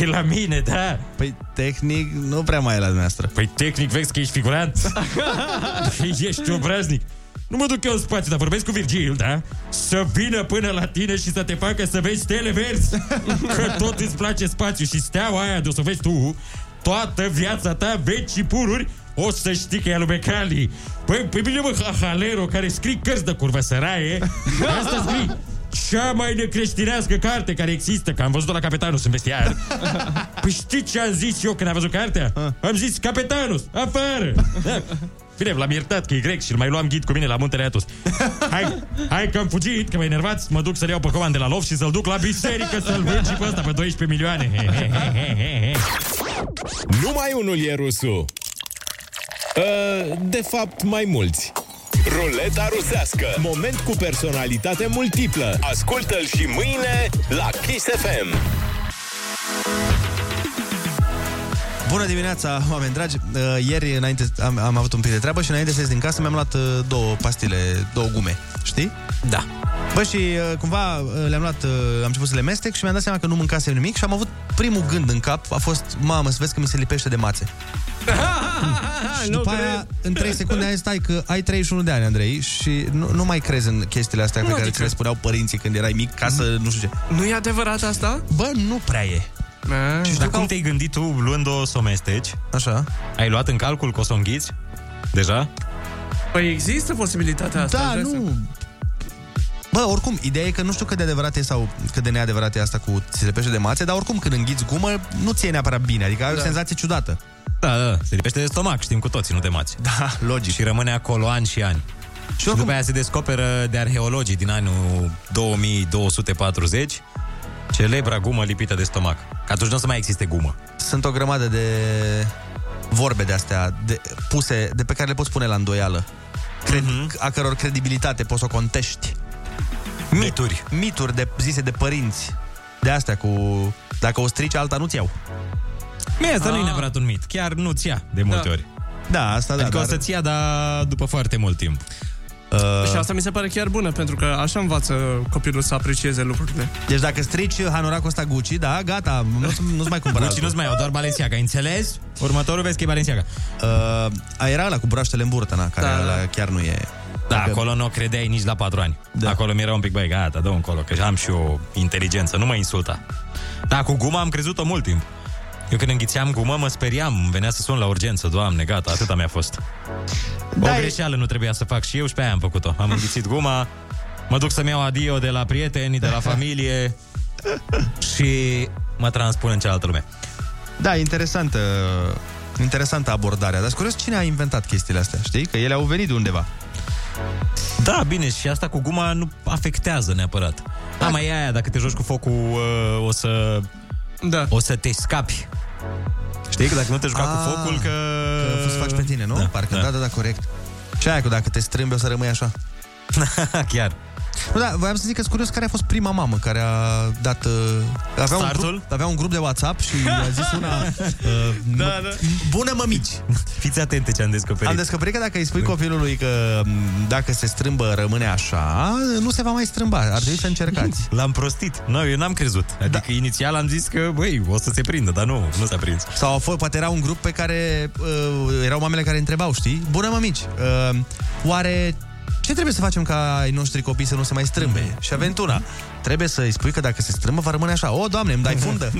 e la mine, da?
Păi, tehnic, nu prea mai e la dumneavoastră.
Păi, tehnic, vezi că ești figurant? ești obraznic. Nu mă duc eu în spațiu, dar vorbesc cu Virgil, da? Să vină până la tine și să te facă să vezi stele verzi. Că tot îți place spațiu și steaua aia de o să o vezi tu, toată viața ta, veci și pururi, o să știi că e al lui Becali. Păi, pe mine, mă, ha- Halero, care scrie cărți de curvă săraie, asta scrie cea mai necreștinească carte care există, că am văzut-o la Capetanus în vestiar. Păi știi ce am zis eu când am văzut cartea?
Ah.
Am zis, Capetanus, afară! Da. Bine, l-am iertat că e grec și îl mai luam ghid cu mine la muntele Atos. Hai, hai că am fugit, că mă enervați, mă duc să-l iau pe comandă la lov și să-l duc la biserică să-l vând și pe ăsta pe 12 milioane. He, he, he, he, he.
Numai unul e rusul.
Ă,
Uh, De fapt, mai mulți.
Ruleta rusească
Moment cu personalitate multiplă.
Ascultă-l și mâine la Kiss FM
Bună dimineața, oameni dragi! Uh, Ieri înainte am, am avut un pic de treabă și înainte să ies din casă mi-am luat uh, două pastile, două gume, știi? Da. Bă, și uh, cumva uh, le-am luat, uh, am început să le mestec și mi-am dat seama că nu mâncasem nimic și am avut primul gând în cap, a fost, mamă, să vezi că mi se lipește de mațe.
Ah,
și după aia, în 3 secunde, ai stai că ai 31 de ani, Andrei, și nu, nu mai crezi în chestiile astea
Nu,
pe care
adică-
ți le spuneau părinții când erai mic, ca să nu știu ce.
Nu e adevărat asta?
Bă, nu prea e.
Și Dar cum te-ai gândit tu luând-o să o mesteci?
Așa.
Ai luat în calcul că o să o înghiți? Deja?
Păi există posibilitatea asta.
Da,
îți dai
nu. Bă, oricum, ideea e că nu știu cât de adevărat e sau cât de neadevărat e asta cu ți se lipește de mațe, dar oricum când înghiți gumă, nu ți e neapărat bine, adică ai da. o
Da.
senzație ciudată.
Da, da, se lipește de stomac, știm cu toții, nu de mați.
Da, logic.
Și rămâne acolo ani și ani. Și, și după aia se descoperă de arheologii din anul 2240 celebra gumă lipită de stomac. Că atunci nu o să mai existe gumă.
Sunt o grămadă de vorbe de astea de, puse, de pe care le poți pune la îndoială. Cred,
Mhm.
uh-huh. A căror credibilitate poți să o contești.
Mituri.
Mituri de, zise de părinți. De astea cu... Dacă o strici, alta nu-ți iau.
Mie asta nu e
Ah.
neapărat un mit, chiar nu-ți ia de multe
Da.
ori.
Da, asta
adică
da,
o
dar-
să-ți ia, dar după foarte mult timp.
Uh... Și asta mi se pare chiar bună, pentru că așa învață copilul să aprecieze lucrurile.
Deci dacă strici hanoracul ăsta Gucci, da, gata, nu-ți, nu-ți mai cumpăr
Gucci nu-ți mai iau, doar Balenciaga, înțeles? Următorul vezi că e Balenciaga.
Uh, era la cu broaștele în burtă, na, care da. la chiar nu e...
Da, Dacă... acolo nu o credeai nici la patru ani. Da. Acolo mi era un pic, băi, gata, dă încolo, că am și o inteligență, nu mă insulta. Dar cu guma am crezut-o mult timp. Eu când înghițeam gumă, mă speriam, îmi venea să sun la urgență, doamne, gata, atâta mi-a fost. Da, o greșeală nu trebuia să fac și eu și pe aia am făcut-o. Am înghițit guma, mă duc să-mi iau adio de la prieteni, de la familie și mă transpun în cealaltă lume.
Da, interesantă Interesantă abordarea. Dar sunt curios cine a inventat chestiile astea, știi? Că ele au venit de undeva.
Da, bine, și asta cu guma nu afectează neapărat. Da, mai e aia, dacă te joci cu focul, uh, o să...
Da.
O să te scapi. Știi că dacă nu te juca cu
Ah,
focul, că...
Că a fost faci pe tine, nu? Da, Parcă, da, da, da, corect. Ce aia cu dacă te strâmbi o să rămâi așa?
Chiar.
Nu, da, voiam să zic că sunt curios care a fost prima mamă care a dat... Uh, avea, un grup, avea un grup de WhatsApp și a zis una... Uh, da, da. Bună, mămici!
Fiți atente ce am descoperit.
Am descoperit că dacă îi spui copilului că m, dacă se strâmbă rămâne așa, nu se va mai strâmba. Ar trebui să încercați.
L-am prostit. Nu, eu n-am crezut. Adică da. inițial am zis că, băi, o să se prindă, dar nu, nu s-a prins.
Sau a fost, poate era un grup pe care uh, erau mamele care întrebau, știi? Bună, mămici! Uh, oare ce trebuie să facem ca ai noștri copii să nu se mai strâmbe? Și a venit una. Trebuie să îi spui că dacă se strâmbă va rămâne așa. O, doamne, îmi dai fundă!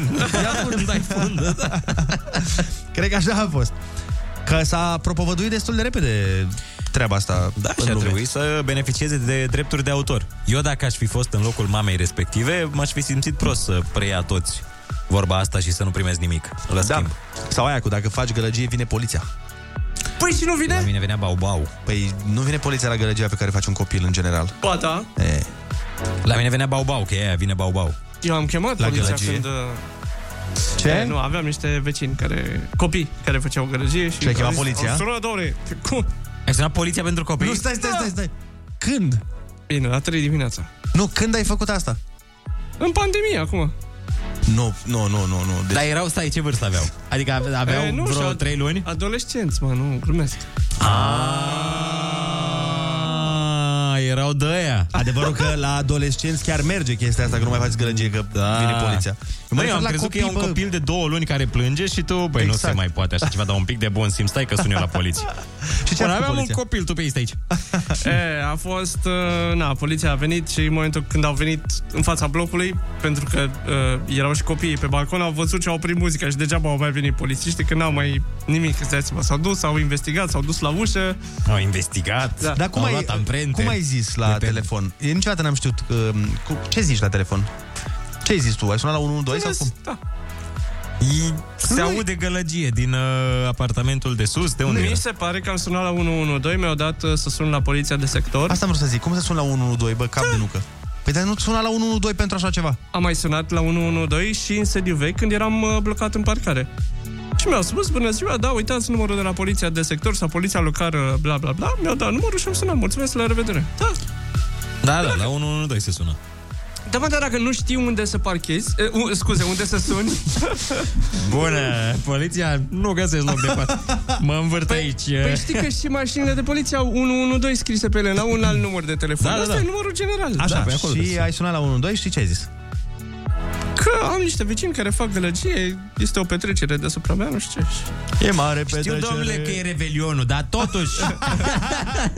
Îmi dai fundă, da.
Cred că așa a fost. Că s-a propovăduit destul de repede treaba asta.
Da, și ar trebui să beneficieze de drepturi de autor. Eu dacă aș fi fost în locul mamei respective, m-aș fi simțit prost să preia toți vorba asta și să nu primesc nimic. La da. schimb.
Sau aia cu dacă faci gălăgie, vine poliția.
Păi și nu vine?
La mine venea bau-bau.
Păi nu vine poliția la gălăgia pe care o faci un copil în general.
Ba da.
E.
La mine venea bau-bau, că e aia vine bau-bau.
Eu am chemat
La
la poliția
gălăgie.
când... uh,
Ce?
eh, Nu, aveam niște vecini care... Copii care făceau gălăgie și...
Și ai
au
chemat
zis,
poliția?
"Am Sunat, doamne, cum?
Ai sunat poliția pentru copii?
Nu, stai, stai, stai, stai. Când?
Bine, la 3 dimineața.
Nu, când ai făcut asta?
În pandemie, acum.
Nu, nu, nu, nu, nu.
Deci... Dar erau, stai, ce vârstă aveau? Adică ave- aveau
Eh,
e, nu,
și
vreo
ad-
3 luni? Ah.
Adolescenți, mă, nu, glumesc.
A, Da, erau de aia.
Adevărul că la adolescenți chiar merge chestia asta, că nu mai faci gălăgie, că da. vine poliția.
Măi, eu am crezut că e un copil de două luni care plânge și tu, băi, exact. nu se
Exact.
mai poate așa ceva, dar un pic de bun simț, stai că sun eu la poliție.
și
ce a făcut
aveam un
poliția?
copil, tu pe aici, aici.
E, a fost... uh, Na, poliția a venit și în momentul când au venit în fața blocului, pentru că uh, erau și copiii pe balcon, au văzut și au oprit muzica și degeaba au mai venit polițiștii, că n-au mai nimic. Îți dai seama, s-au dus, s-au investigat, s-au dus la ușă.
Au investigat,
Da.
Dar cum, ai, cum ai zis la telefon? Eu niciodată n-am știut că, cu, ce zici la telefon. Ce ai zis tu? Ai sunat la 112 sau cum?
Da.
Se aude gălăgie din uh, apartamentul de sus, de unde
Mi
era?
se pare că am sunat la 112, mi-au dat uh, să sun la poliția de sector.
Asta vreau să zic. Cum se sună la 112, bă, cap de nucă? Păi dar nu suna la 112 pentru așa ceva.
Am mai sunat la 112 și în sediu vechi când eram uh, blocat în parcare. Și mi-au spus, bună ziua, da, uitați numărul de la poliția de sector sau poliția locală, bla, bla, bla. Mi-au dat numărul și am sunat, mulțumesc, la revedere. Da,
Da, da, la 112 se sună.
da, mă, dar dacă nu știi unde să parchezi, e, u, scuze, unde să suni,
Bună, poliția nu găsesc loc de pat. Mă învârt păi, aici.
păi știi că și mașinile de poliție au 112 scrise pe ele, la un alt număr de telefon.
Da, da,
Asta
da.
e numărul general.
Așa, da, și ai sunat la 112 și ce ai zis?
Că am niște vecini care fac gălăgie, este o petrecere deasupra mea, nu știu ce.
E mare
Știu, domnule, că e revelionul, dar totuși...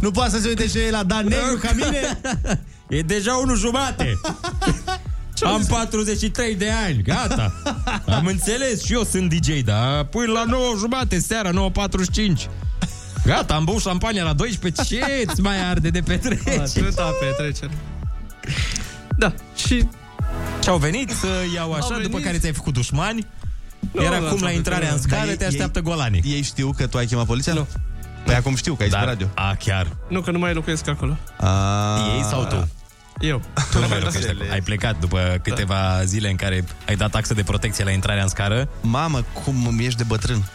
Nu poate să se uite și la Dan Negru ca mine?
E deja unul jumate. Am 43 de ani, gata. Am înțeles și eu sunt da? DJ, dar
Păi
până la 9 jumate seara, 9.45. Gata, am băut șampania la 12, ce ți mai arde de petrecere?
Atâta petrecere. Da, și...
Și au venit să iau așa,
Au
după
venit.
care ți-ai făcut dușmani.
Nu,
Era
nu,
cum la
s-au
intrarea în
făcut,
scară,
dar
te
ei-
așteaptă golanii.
Ei știu că tu ai chemat poliția? Nu. Păi acum știu că ai zis pe radio.
Da. A, chiar.
Nu, că nu mai locuiesc acolo.
A...
Ei sau tu?
Ah. Eu.
Tu nu mai locuiești acolo. Ai plecat după câteva zile în care ai dat taxă de protecție la intrarea în scară.
Mamă, cum ești de bătrân.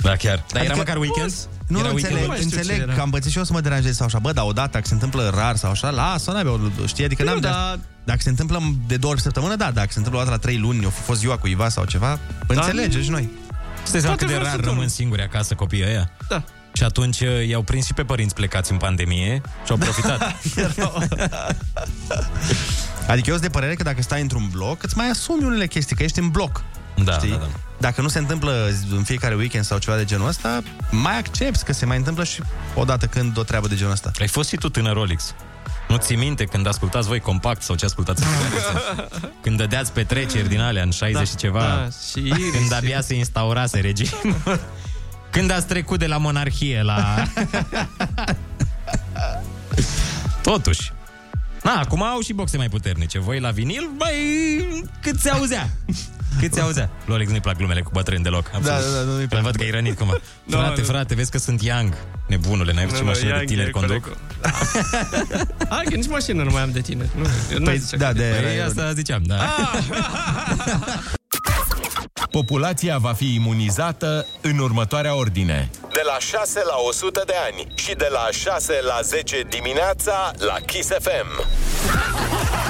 Da, chiar. Dar era măcar weekend?
Adică Nu,
Era
era înțeleg,
weekend?
înțeleg că am pățit și eu să mă deranjez sau așa. Bă, dar odată, dacă se întâmplă rar sau așa, lasă, n-ai bă, știi? Adică
Nu,
n-am
dar-
da... Dacă se întâmplă de două ori pe săptămână, da. Dacă se întâmplă o dată la trei luni, o fost ziua cuiva sau ceva, da. înțelege și noi.
Stai seama cât de rar rămân singuri acasă copiii ăia?
Da.
Și atunci uh, i-au prins și pe părinți plecați în pandemie și au profitat.
Adică eu sunt de părere că dacă stai într-un bloc, îți mai asumi unele chestii, că ești în bloc.
Da,
știi?
da, da.
Dacă nu se întâmplă zi- în fiecare weekend sau ceva de genul ăsta, mai accepti că se mai întâmplă și odată când o treabă de genul ăsta.
Ai fost și tu tânăr Olix. Nu ți minte când ascultați voi compact sau ce ascultați? când dădeați petreceri din alea în 60 și ceva.
da, și Iris
când
și-
abia se instaurase regimul. când ați trecut de la monarhie la... Totuși. Na, acum au și boxe mai puternice. Voi la vinil, mai cât se auzea. Cât se auzea. Lorex nu-i plac glumele cu bătrâni deloc. Absolut.
da, da, nu-i
plac. Văd că e rănit cumva.
Da,
frate,
da.
frate, vezi că sunt young. Nebunule, n-ai văzut ce
Nu, nu,
mașină de
Da, young e
tineri conduc?
corect. Hai că nici mașină nu mai am de tine. Nu, nu zice că-
păi asta ziceam, da.
Ah,
Populația va fi imunizată în următoarea ordine.
De la 6 la 100 de ani și de la 6 la 10 dimineața la Kiss FM.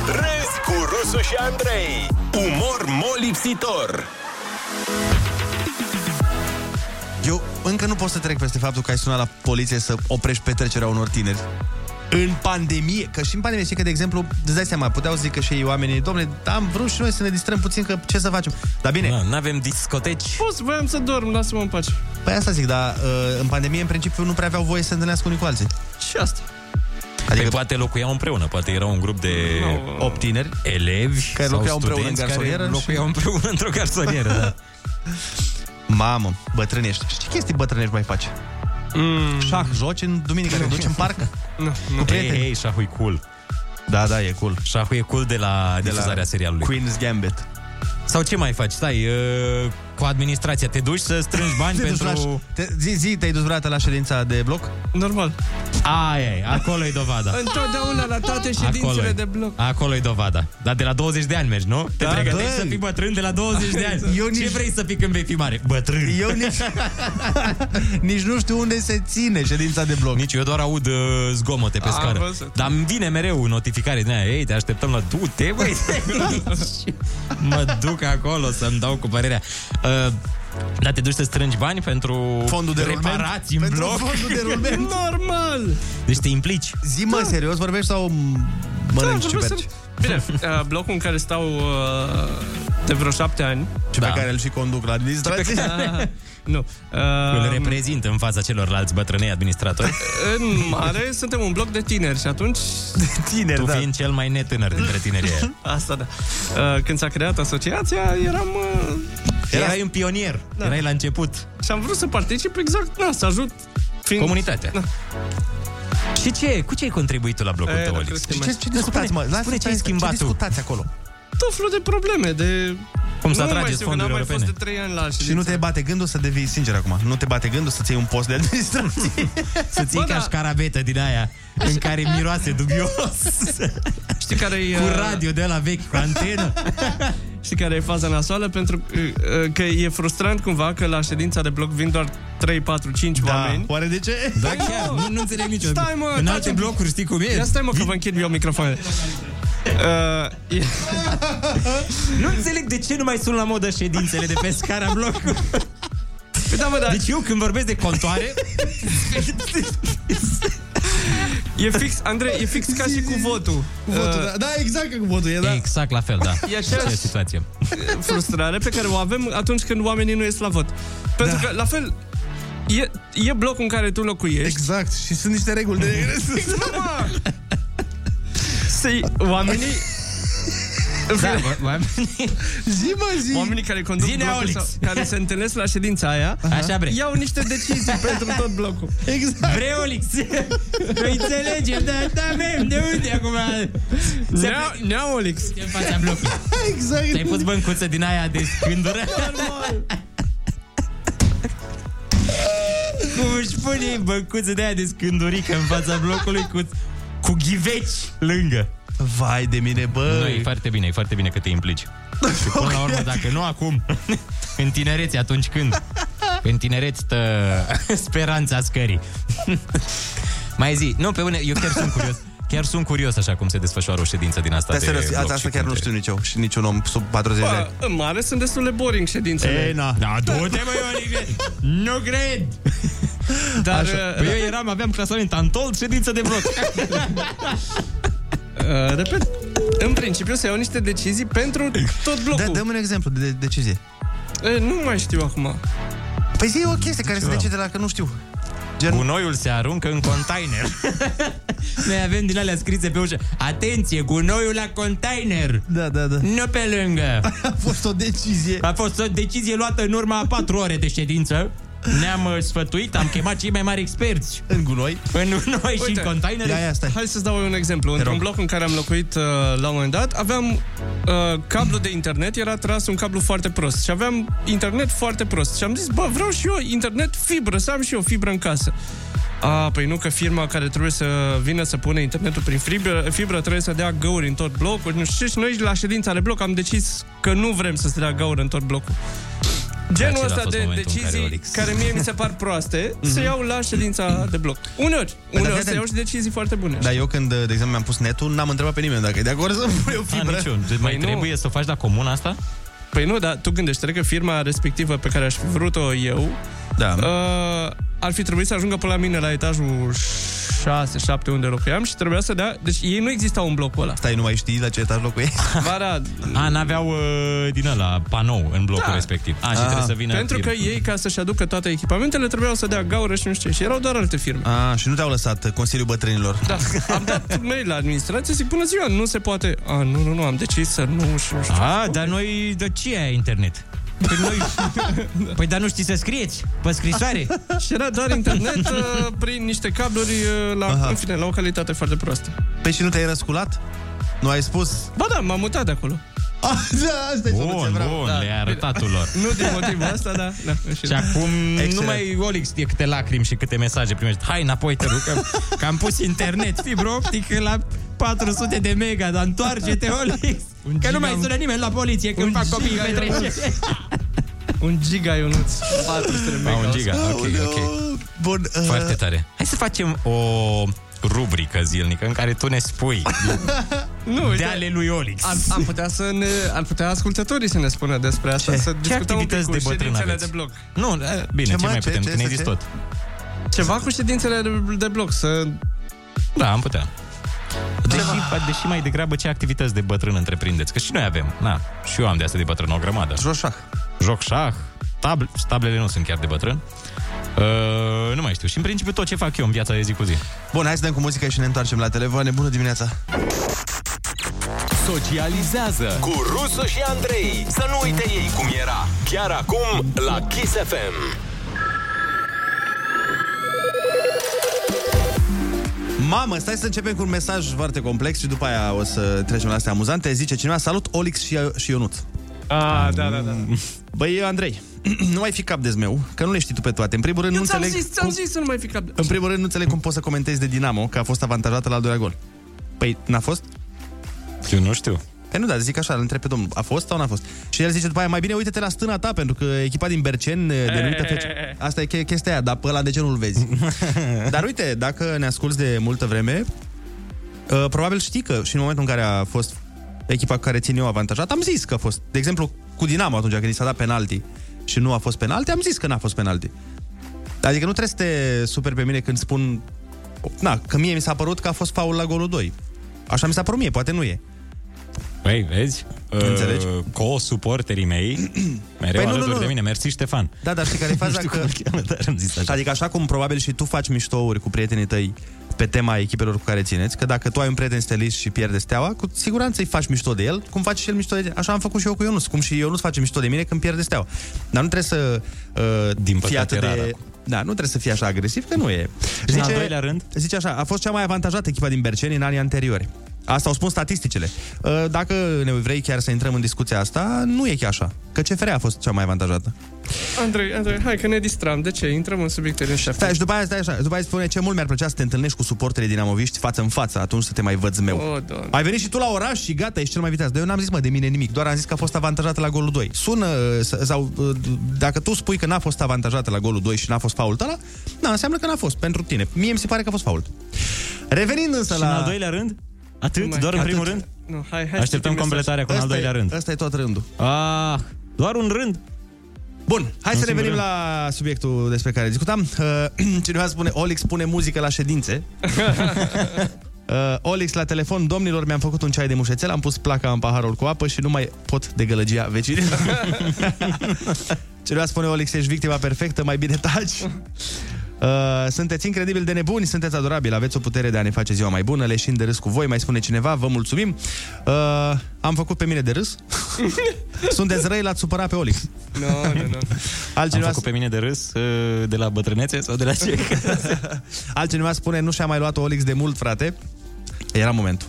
Râzi cu Rusu și Andrei. Umor molipsitor.
Eu încă nu pot să trec peste faptul că ai sunat la poliție să oprești petrecerea unor tineri. În pandemie, că și în pandemie, știi că, de exemplu, îți dai seama, puteau zic că și ei oamenii, domnule, am vrut și noi să ne distrăm puțin, că ce să facem? Dar bine.
Nu avem Da, discoteci.
Pus, voiam să dorm, lasă-mă în pace. Păi asta zic, dar uh, în pandemie, în principiu, nu prea aveau voie să se întâlnească unii cu alții.
Și asta.
Adică păi poate locuiau împreună, poate era un grup de
8 tineri
elevi
Care
sau
locuiau împreună
studenți
în
care
garsonieră și-
locuiau împreună într-o garsonieră, da.
Mamă, bătrânești. Și ce chestii bătrânești mai faci? Mm. Șah joci în duminica, te duci în parc?
Nu,
Cu
Ei,
prieteni.
ei, șahul e cool.
Da, da, e cool.
Șahul e cool de la de difuzarea la serialului.
Queen's Gambit.
Sau ce mai faci? Stai, uh, cu administrația te duci să strângi bani
Te duci
pentru...
la- Te, zi, zi, te-ai dus vreodată la ședința de bloc?
Normal.
Aia e, acolo e dovada.
Întotdeauna la toate
Acolo
ședințele
e.
de bloc.
Acolo e dovada. Dar de la 20 de ani mergi, nu? Te
Da,
pregătești
băi.
să fii bătrân de la 20 de ani.
Eu
Eu Ce
nici-
vrei să fii când vei fi mare? Bătrân.
Eu nici, nici nu știu unde se ține ședința de bloc.
Nici eu doar aud uh, zgomote pe
Am
scară.
văzut.
Dar îmi vine mereu notificare din aia. Ei, te așteptăm la tu, te băi. Și mă duc acolo să-mi dau cu părerea. Uh, dar te duci să strângi bani pentru
Fondul de rulment?
reparații în
Pentru
bloc.
fondul de rulment?
Normal!
Deci te implici.
Zi, mă, serios vorbești sau
Da,
mănânci
vorbesc
ciuperci?
să- Bine, uh, blocul în care stau uh, de vreo șapte ani. Da.
Și pe care da. îl și conduc la administrație.
Ah. Nu.
Îl
Uh,
reprezintă în fața celorlalți bătrânei administratori.
în mare suntem un bloc de tineri și atunci... De
tineri, da.
tu fiind cel mai netânăr dintre tinerii aia.
Asta da. Uh, Când s-a creat asociația, eram... uh,
Erai un pionier, da. erai la început.
Și am vrut să particip exact, da, să ajut. Fiind... Da.
Comunitatea. Și ce? Cu ce ai contribuit tu la blocul
E,
tău,
nu
Olix?
cred că
Și
mai-
ce, ce discutați, mă? Lasă,
spune ce
stai,
ai
stai,
schimbat
ce
tu?
discutați acolo?
Tot felul de probleme, de...
Cum să
Nu mai
atrageți
știu, că
fondurile
n-am mai
europene?
fost de trei ani la
Și nu te bate gândul să devii sincer acum. Nu te bate gândul să ții un post de administrație.
Să ții
da.
ca șcarabetă din aia în care miroase dubios.
Știi care e...
Cu radio de la vechi, cu antenă.
Știi care e faza nasoală? Pentru că, uh, că e frustrant cumva că la ședința de bloc vin doar 3, 4, 5 da. oameni.
Oare de ce?
Da, chiar, nu, nu înțeleg nicio.
Stai, mă,
în
taci
alte
un pic.
blocuri, știi cum e?
Ia stai mă că vă închid eu microfonul. Uh, e-
Nu înțeleg de ce nu mai sunt la modă ședințele de pe scara blocului.
da, mă, da.
Deci eu când vorbesc de contoare,
E fix, Andrei, e fix ca și cu votul. Uh,
Cu votul, da, da, exact că cu votul e, da.
Exact la fel, da.
E aceeași
situație.
frustrare pe care o avem atunci când oamenii nu ies la vot. Pentru
Da.
că, la fel, e, e blocul în care tu locuiești. Exact,
Exact, și sunt niște reguli de...
Se, oamenii...
Da, bă,
Zi, mă, zi.
Oamenii care conduc
Zine,
blocul
Olix.
sau, care se întâlnesc la ședința aia
Așa vrei.
iau niște decizii pentru tot blocul.
Exact.
Breolix, noi înțelegem, dar da, avem, de unde acum?
Nea- Neaolix.
În fața blocului.
Exact.
Ți-ai pus băncuță din aia de scândură? Cum își pune băncuță de aia de scândurică în fața blocului cu, cu ghiveci lângă?
Vai de mine, bă.
Nu, e foarte bine, e foarte bine că te implici. Și până la urmă, dacă nu acum, în tinerețe, atunci când? În tinereți stă speranța scării. Mai zi, nu, pe bune, eu chiar sunt curios. Chiar sunt curios așa cum se desfășoară o ședință din asta
Dar
de
serios,
bloc
asta,
și
asta chiar nu
conte.
știu nici eu și niciun om sub 40 de ani.
Bă, în mare sunt destul de boring ședințele.
Ei, na.
Da, du-te, mă, Ionică! Nu cred!
Dar,
Păi eu eram, aveam clasament Antol, ședință de bloc.
uh, repet, în principiu se iau niște decizii pentru tot
Da,
blocul.
dăm un exemplu de, de decizie.
E, nu mai știu acum.
Păi zi o chestie care se
Ceva.
decide dacă nu știu.
Gunoiul se aruncă în container. Noi avem din alea scrise pe ușă. Atenție, gunoiul la container!
Da, da, da.
Nu pe lângă!
A fost o decizie.
A fost o decizie luată în urma a patru ore de ședință
Ne-am uh, sfătuit, am chemat cei mai mari experți.
În gunoi.
În gunoi și în containere.
Hai să-ți dau un exemplu. Într-un bloc în care am locuit uh, la un moment dat, aveam uh, cablu de internet, era tras un cablu foarte prost și aveam internet foarte prost. Și am zis, bă, vreau și eu internet fibră, să am și eu fibră în casă. A, păi nu, că firma care trebuie să vină să pune internetul prin fibră, fibră trebuie să dea găuri în tot blocul. Nu știu ce. și noi la ședința de bloc am decis că nu vrem să se dea găuri în tot blocul. Genul
Acela a
ăsta
fost
de
momentul în care
decizii
Olix-
care, mie mi se par proaste se iau la ședința de bloc. Uneori,
Mhm. dar
uneori
fii
se iau
atent.
și decizii foarte bune.
Dar Da, eu când, de exemplu, mi-am pus netul, n-am întrebat pe nimeni dacă e de acord să pui o
A,
fibră.
niciun. Mai Păi nu. trebuie
să faci la comuna asta?
Păi nu, dar tu gândește că firma respectivă pe care aș fi vrut-o eu
da.
uh, ar fi trebuit să ajungă până la mine la etajul 6-7 unde locuiam și trebuia să dea... Deci ei nu existau în blocul ăla.
Stai, nu mai știi la ce etaj locuiești?
Bara...
A, n-aveau uh, din ăla panou în blocul
Da.
respectiv. A, Ah, și
Ah.
trebuie să vină
Pentru că
firma.
ei, ca să-și aducă toate echipamentele, trebuiau să dea gaură și nu știu ce. Și erau doar alte firme.
A, și nu te-au lăsat uh, Consiliul Bătrânilor.
Da, am dat mail la administrație, zic, bună ziua, nu se poate. A, nu, nu, nu, am decis să nu și nu știu.
A, dar noi, de ce ai internet? Păi, noi... păi dar nu știți să scrieți pe scrisoare?
și era doar internet uh, prin niște cabluri uh, la,
Aha.
în fine, la o calitate foarte proastă.
Păi și nu te-ai răsculat? Nu ai spus?
Ba da, m-am mutat de acolo.
Ah, da, asta e
Bun, bun, da. le-ai arătat lor.
Nu din motivul ăsta, da. da
Și acum nu mai Olix știe câte lacrimi și câte mesaje primești. Hai înapoi, te rog, că, că am pus internet fibro optică la 400 de mega, dar întoarce-te, Olix. Că nu mai sună nimeni la poliție când fac copii
giga,
petrece.
Un giga, Ionuț. 400 mega.
A, Ah, un giga, ok, ok.
Bun. Uh...
Foarte tare. Hai să facem o rubrică zilnică în care tu ne spui
Nu, uite,
de ale lui Olix.
Ar, ar, putea să ne, ar putea ascultătorii să ne spună despre asta,
Ce?
să
Ce
discutăm un pic
activități
cu
de bătrân
ședințele
aveți?
de bloc.
Nu, eh, bine, Ce ce mai mai- putem, ce- că ne-ai ce- zis ce- tot.
Ceva cu ședințele de, de bloc, să...
Da, am putea. Deși, deși mai degrabă ce activități de bătrân întreprindeți? Că și noi avem. Na, și eu am de asta de bătrân o grămadă. Joc șah. Joc șah. Tabl- tablele nu sunt chiar de bătrân. Uh, nu mai știu. Și în principiu tot ce fac eu în viața de zi cu zi.
Bun, hai să dăm cu muzica și ne întoarcem la telefoane. Bună dimineața!
Socializează cu Rusu și Andrei. Să nu uite ei cum era. Chiar acum la Kiss FM.
Mamă, stai să începem cu un mesaj foarte complex și după aia o să trecem la astea amuzante. Zice cineva, salut Olix și, și Ionut.
Ah, da, da, da.
Băi, Andrei, nu mai fi cap de meu, că nu le știi tu pe toate. În primul rând,
Eu
nu
ți-am
înțeleg...
zis, ți-am
cum...
zis să nu mai fi cap de...
În primul rând, nu înțeleg cum poți să comentezi de Dinamo, că a fost avantajată la al doilea gol. Păi, n-a fost?
Eu nu știu.
Păi nu, dar zic așa, îl întreb pe domnul, a fost sau n-a fost? Și el zice după aia, mai bine uite-te la stâna ta, pentru că echipa din Bercen de nu te fece. Asta e che- chestia aia, dar pe ăla de ce nu-l vezi? dar uite, dacă ne asculti de multă vreme, uh, probabil știi că și în momentul în care a fost echipa cu care țin eu avantajat, am zis că a fost. De exemplu, cu Dinamo atunci când i s-a dat penalti și nu a fost penalti, am zis că n-a fost penalti. Adică nu trebuie să te super pe mine când spun Na, că mie mi s-a părut că a fost faul la golul 2. Așa mi s-a părut mie, poate nu e.
Păi, vezi?
Înțelegi?
Uh, Co-suporteri mei mereu
Păi
păi,
nu,
alături
nu, nu.
de mine. Mersi, Ștefan.
Da, dar știi care e faza
Nu știu
că...
cum îl cheamă, dar am zis așa.
Adică așa cum probabil și tu faci miștouri cu prietenii tăi pe tema echipelor cu care țineți, că dacă tu ai un prieten stelist și pierde steaua, cu siguranță îi faci mișto de el, cum face și el mișto de tine. Așa am făcut și eu cu Ionuț, cum și Ionuț face mișto de mine când pierde steaua. Dar nu trebuie să uh, Din fii
păcate
atât
rar
de...
acum.
Da, nu trebuie să fii așa agresiv, că nu e.
Și în al doilea rând?
Zice așa, a fost cea mai avantajată echipa din Berceni în anii anteriori. Asta au spus statisticele. Uh, Dacă ne vrei chiar să intrăm în discuția asta, nu e chiar așa. Că CFR a fost cea mai avantajată.
Andrei, Andrei, hai că ne distram. De ce? Intrăm în subiectele ăștia.
Stai, și după aia, stai așa, după aia spune ce mult mi-ar plăcea să te întâlnești cu suporterii dinamoviști față în față, atunci să te mai văd meu.
O, Oh, Doamne.
Ai venit și tu la oraș și gata, ești cel mai viteaz. Dar eu n-am zis, mă, de mine nimic, doar am zis că a fost avantajată la golul 2. Sună, s- sau uh, dacă tu spui că n-a fost avantajată la golul 2 și n-a fost fault ăla, na, înseamnă că n-a fost pentru tine. Mie mi se pare că a fost fault. Revenind însă
Și
la...
în al doilea rând? Atât?
Nu mai-
Doar în
Atât.
primul rând?
Nu, hai, hai.
Așteptăm completarea cu un al
Ăsta e-
doilea rând.
Ăsta e tot rândul.
Ah, doar un rând.
Bun, Hai să revenim
rând.
la subiectul despre care discutam. Uh, Cineva spune, Olix pune muzică la ședințe. Uh, Olix la telefon, domnilor, mi-am făcut un ceai de mușețel, am pus placa în paharul cu apă și nu mai pot de gălăgia vecinilor. Cineva spune, Olix, ești victima perfectă, mai bine taci. Uh, sunteți incredibil de nebuni, sunteți adorabili, aveți o putere de a ne face ziua mai bună, leșin de râs cu voi, mai spune cineva, vă mulțumim. Uh, am făcut pe mine de râs. sunteți răi, l-ați supărat pe Olic.
No, no, no.
Altcineva
Am făcut pe mine de râs uh, de la bătrânețe sau de la ce?
Altcineva spune, nu și-a mai luat Olix de mult, frate. Era momentul.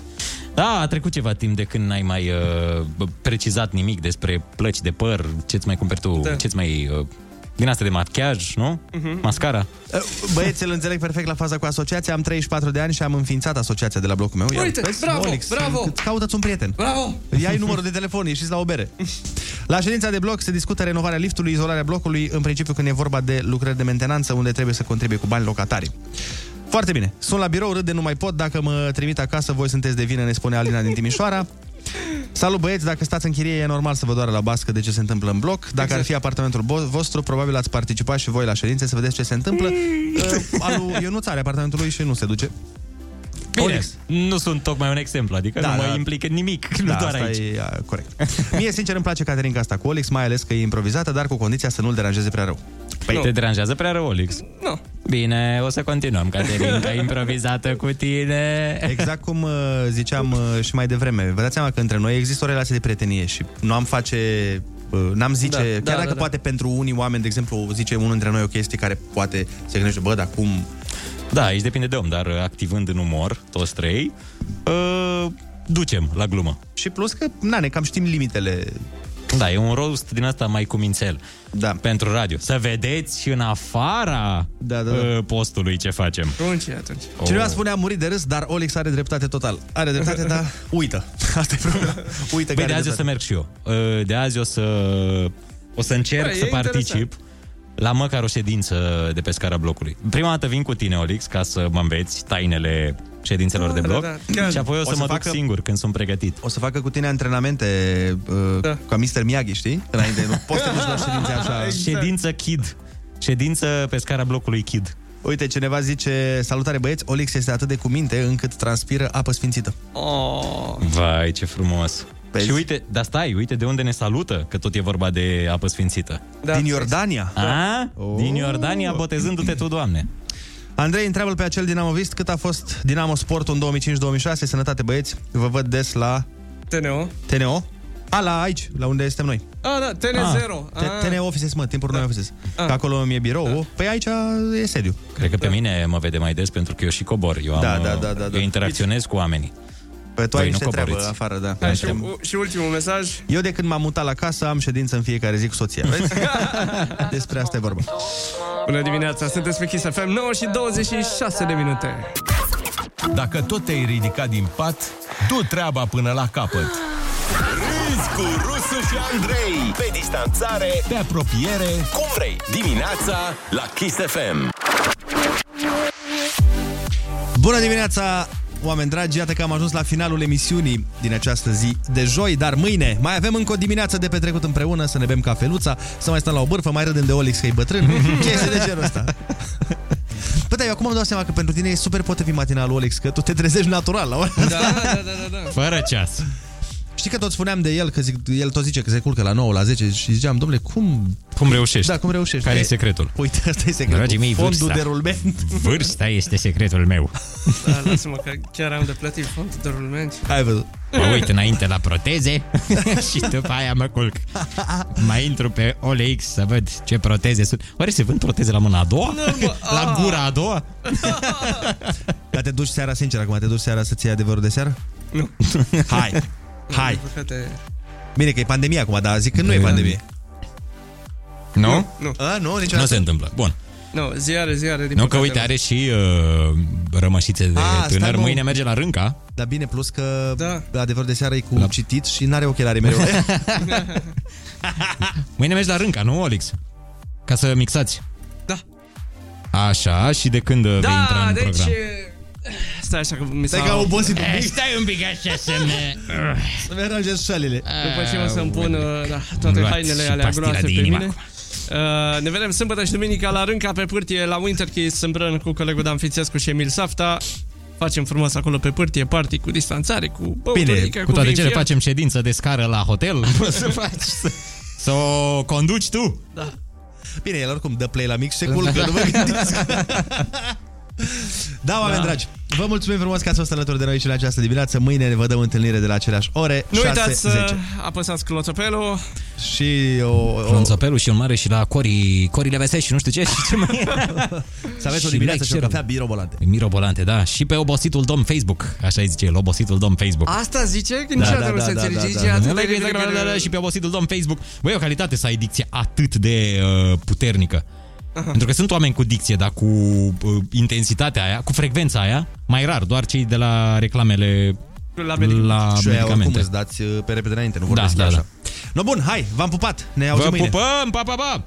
Da, a trecut ceva timp de când n-ai mai uh, b- precizat nimic despre plăci de păr, ce-ți mai cumperi tu,
Da.
ce-ți mai... Uh, din asta de machiaj, nu?
Mhm.
Mascara.
Băieți, îl înțeleg perfect la faza cu asociația. Am 34 de ani și am înființat asociația de la blocul meu. Ia
Uite,
vezi?
bravo, bravo.
îți Caută-ți un prieten.
Bravo!
Ia-i numărul de telefon, ieșiți la o bere. La ședința de bloc se discută renovarea liftului, izolarea blocului, în principiu când e vorba de lucrări de mentenanță, unde trebuie să contribuie cu bani locatari. Foarte bine. Sunt la birou, râd de nu mai pot. Dacă mă trimit acasă, voi sunteți de vină, ne spune Alina din Timișoara. Salut băieți, dacă stați în chirie e normal să vă doară la bască de ce se întâmplă în bloc. Dacă ar fi apartamentul vo- vostru, probabil ați participat și voi la ședințe să vedeți ce se întâmplă. Uh, Al lui Ionuț are apartamentul lui și nu se duce.
Bine, nu sunt tocmai un exemplu, adică
Da,
da, nu
da.
mă implică nimic,
Da,
nu doar
asta
aici.
e, a, corect. Mie, sincer, îmi place Caterinca asta cu Olix, mai ales că e improvizată, dar cu condiția să nu-l deranjeze prea rău.
Păi te deranjează prea rău, Olix.
Nu.
Bine, o să continuăm, Caterinca, improvizată cu tine.
Exact cum uh, ziceam uh, și mai devreme, vă dați seama că între noi există o relație de prietenie și nu am face... uh, N-am zice, da,
Da,
chiar da,
da,
dacă
da,
da,
da.
poate pentru unii oameni, de exemplu, zice unul dintre noi o chestie care poate se gândește, bă, dar cum...
Da, aici depinde de om, dar uh, activând în umor, toți trei, uh, ducem la glumă.
Și plus că, na, ne cam știm limitele.
Da, e un roast din asta mai cumințel.
Da.
Pentru radio. Să vedeți și în afara
da, da.
uh, postului ce facem.
Atunci,
da.
atunci.
Oh. Cineva spune a murit de râs, dar Olix are dreptate total. Are dreptate, dar uită. Asta e problema. Uită
Băi,
că are
de azi o
dreptate.
să merg și eu. Uh, De azi o să, o să încerc
Da, e
să particip
interesant.
la măcar o ședință de pe scara blocului. Prima dată vin cu tine, Olix, ca să mă înveți tainele ședințelor de
da,
bloc
da, chiar.
și apoi o
O
să,
să
mă duc
facă-
singur când sunt pregătit.
O să facă cu tine antrenamente uh, da. ca Mr. Miyagi, știi? Înainte, nu poți să te duci la ședințe așa.
Exact. Ședință kid. Ședință pe scara blocului kid.
Uite, cineva zice, salutare băieți, Olix este atât de cuminte încât transpiră apă sfințită.
Oh.
Vai, ce frumos. Vezi? Și uite, dar stai, uite de unde ne salută, că tot e vorba de apă sfințită.
Da. Din Iordania.
A?
Oh.
Da. Din Iordania, botezându-te tu, Doamne.
Andrei, întreabă pe acel dinamovist cât a fost Dinamo Sport în 2005-2006. Sănătate, băieți, vă văd des la
TNO.
TNO. A, la aici, la unde suntem noi.
Ah, da, TN0.
Ah, T- TN Offices, mă, timpuri noi offices. Că acolo mi-e birou. Păi aici e sediu.
Cred că pe mine mă vede mai des pentru că eu și cobor. Eu, am,
Da, da, da, da, da.
eu interacționez cu oamenii.
Pe tu ai
Voi nu
niște treabă
coborâți.
afară, da.
Hai, și, u- și ultimul mesaj.
Eu de când m-am mutat la casă am ședință în fiecare zi cu soția. Vezi? Despre asta e vorba.
Bună dimineața, sunteți pe Kiss FM 9 și 26 de minute.
Dacă tot te-ai ridicat din pat, du treaba până la capăt.
Râzi cu Rusu și Andrei Pe distanțare
Pe apropiere
Cum vrei Dimineața la Kiss FM
Bună dimineața, oameni dragi! Iată că am ajuns la finalul emisiunii din această zi de joi, dar mâine mai avem încă o dimineață de petrecut împreună, să ne bem cafeluța, să mai stăm la o bârfă, mai râdem de Olix că e bătrân, chestii de genul ăsta. Bă, dar eu acum îmi dau seama că pentru tine e super potrivit matinalul Olix, că tu te trezești natural la ora asta.
Fără ceas.
Știi că tot spuneam de el, că zic, el tot zice că se culcă la 9, la 10 și ziceam, domnule, cum...
Cum reușești?
Da, cum reușești?
Care e
Păi,
secretul?
Uite, asta e secretul.
Dragii mei,
Fondul
vârsta.
de rulment.
Vârsta este secretul meu.
Da, lasă-mă că chiar am de plătit fondul de rulment.
Ai văzut.
Mă uit înainte la proteze și după aia mă culc. Mai intru pe OLX să văd ce proteze sunt. Oare se vând proteze la mâna a doua? La gura a doua?
Dar te duci seara, sincer, acum te duci seara să-ți iei adevărul de seară?
Nu.
Hai. Hai.
Din păcate,
Bine că e pandemie acum, dar zic că nu e pandemie.
Nu?
Nu.
A, nu, niciodată.
Nu se întâmplă. Bun.
Nu, ziare, ziare. Din
Nu că
păcate,
uite are și uh, rămășițe de
Ah, stai,
tânăr.
mă.
Mâine merge la rânca.
Dar bine, plus că da. adevărul de seară e cu citit și n-are ochelarii mereu.
Mâine mergi la Rânca, nu, Olix? Ca să mixați.
Da.
Așa, și de când da, vei intra
Da,
în
deci...
program?
e, Stai așa că mi Eh, s-a...
Stai că a obosit
un pic.
Stai un pic așa să ne...
Să mi aranjez șalele.
După ce o să-mi pun uh, da, toate
Eh, Luați
hainele
și
alea
pastila
groase
de
pe
inimă
mine. Uh, ne vedem sâmbătă și duminica la Rânca pe pârtie la Winterkeys împreună cu colegul Dan Fițescu și Emil Safta. Facem frumos acolo pe pârtie, party cu distanțare, cu băuturică,
Bine, cu toate
vin
cele
fiert.
facem ședință de scară la hotel. Poți să faci, să, să o conduci tu.
Da.
Bine, el oricum dă play la mix și cool, că nu vă gândiți. Da, oameni da. dragi, vă mulțumim frumos că ați fost alături de noi și la această dimineață. Mâine ne vă dăm întâlnire de la aceleași ore,
Nu
6-10.
uitați să apăsați cloțopelul.
Și o... o...
Clonțăpelul și un mare și la corii, corile vesești și nu știu ce și ce mai...
Să aveți o
Și
dimineață
like
și o
share-ul.
cafea birobolante.
Mirobolante, da. Și pe obositul domn Facebook. Așa îi zice el, obositul domn Facebook. Da,
Asta zice? Că niciodată nu se înțelege. Zice atât de repede
exact,
că-
Și pe obositul domn Facebook. Băi, e o calitate să ai dicție atât de uh, puternică.
Aha.
Pentru că sunt oameni cu dicție, dar cu uh, intensitatea aia, cu frecvența aia, mai rar, doar cei de la reclamele
la,
la
și aia oricum
medicamente.
îți dați uh, pe repede înainte, nu
Da,
vorbesc
da,
da, așa.
da.
Da. No, bun, hai, v-am pupat, ne auzim
Vă
mâine.
pupăm, pa, pa, pa!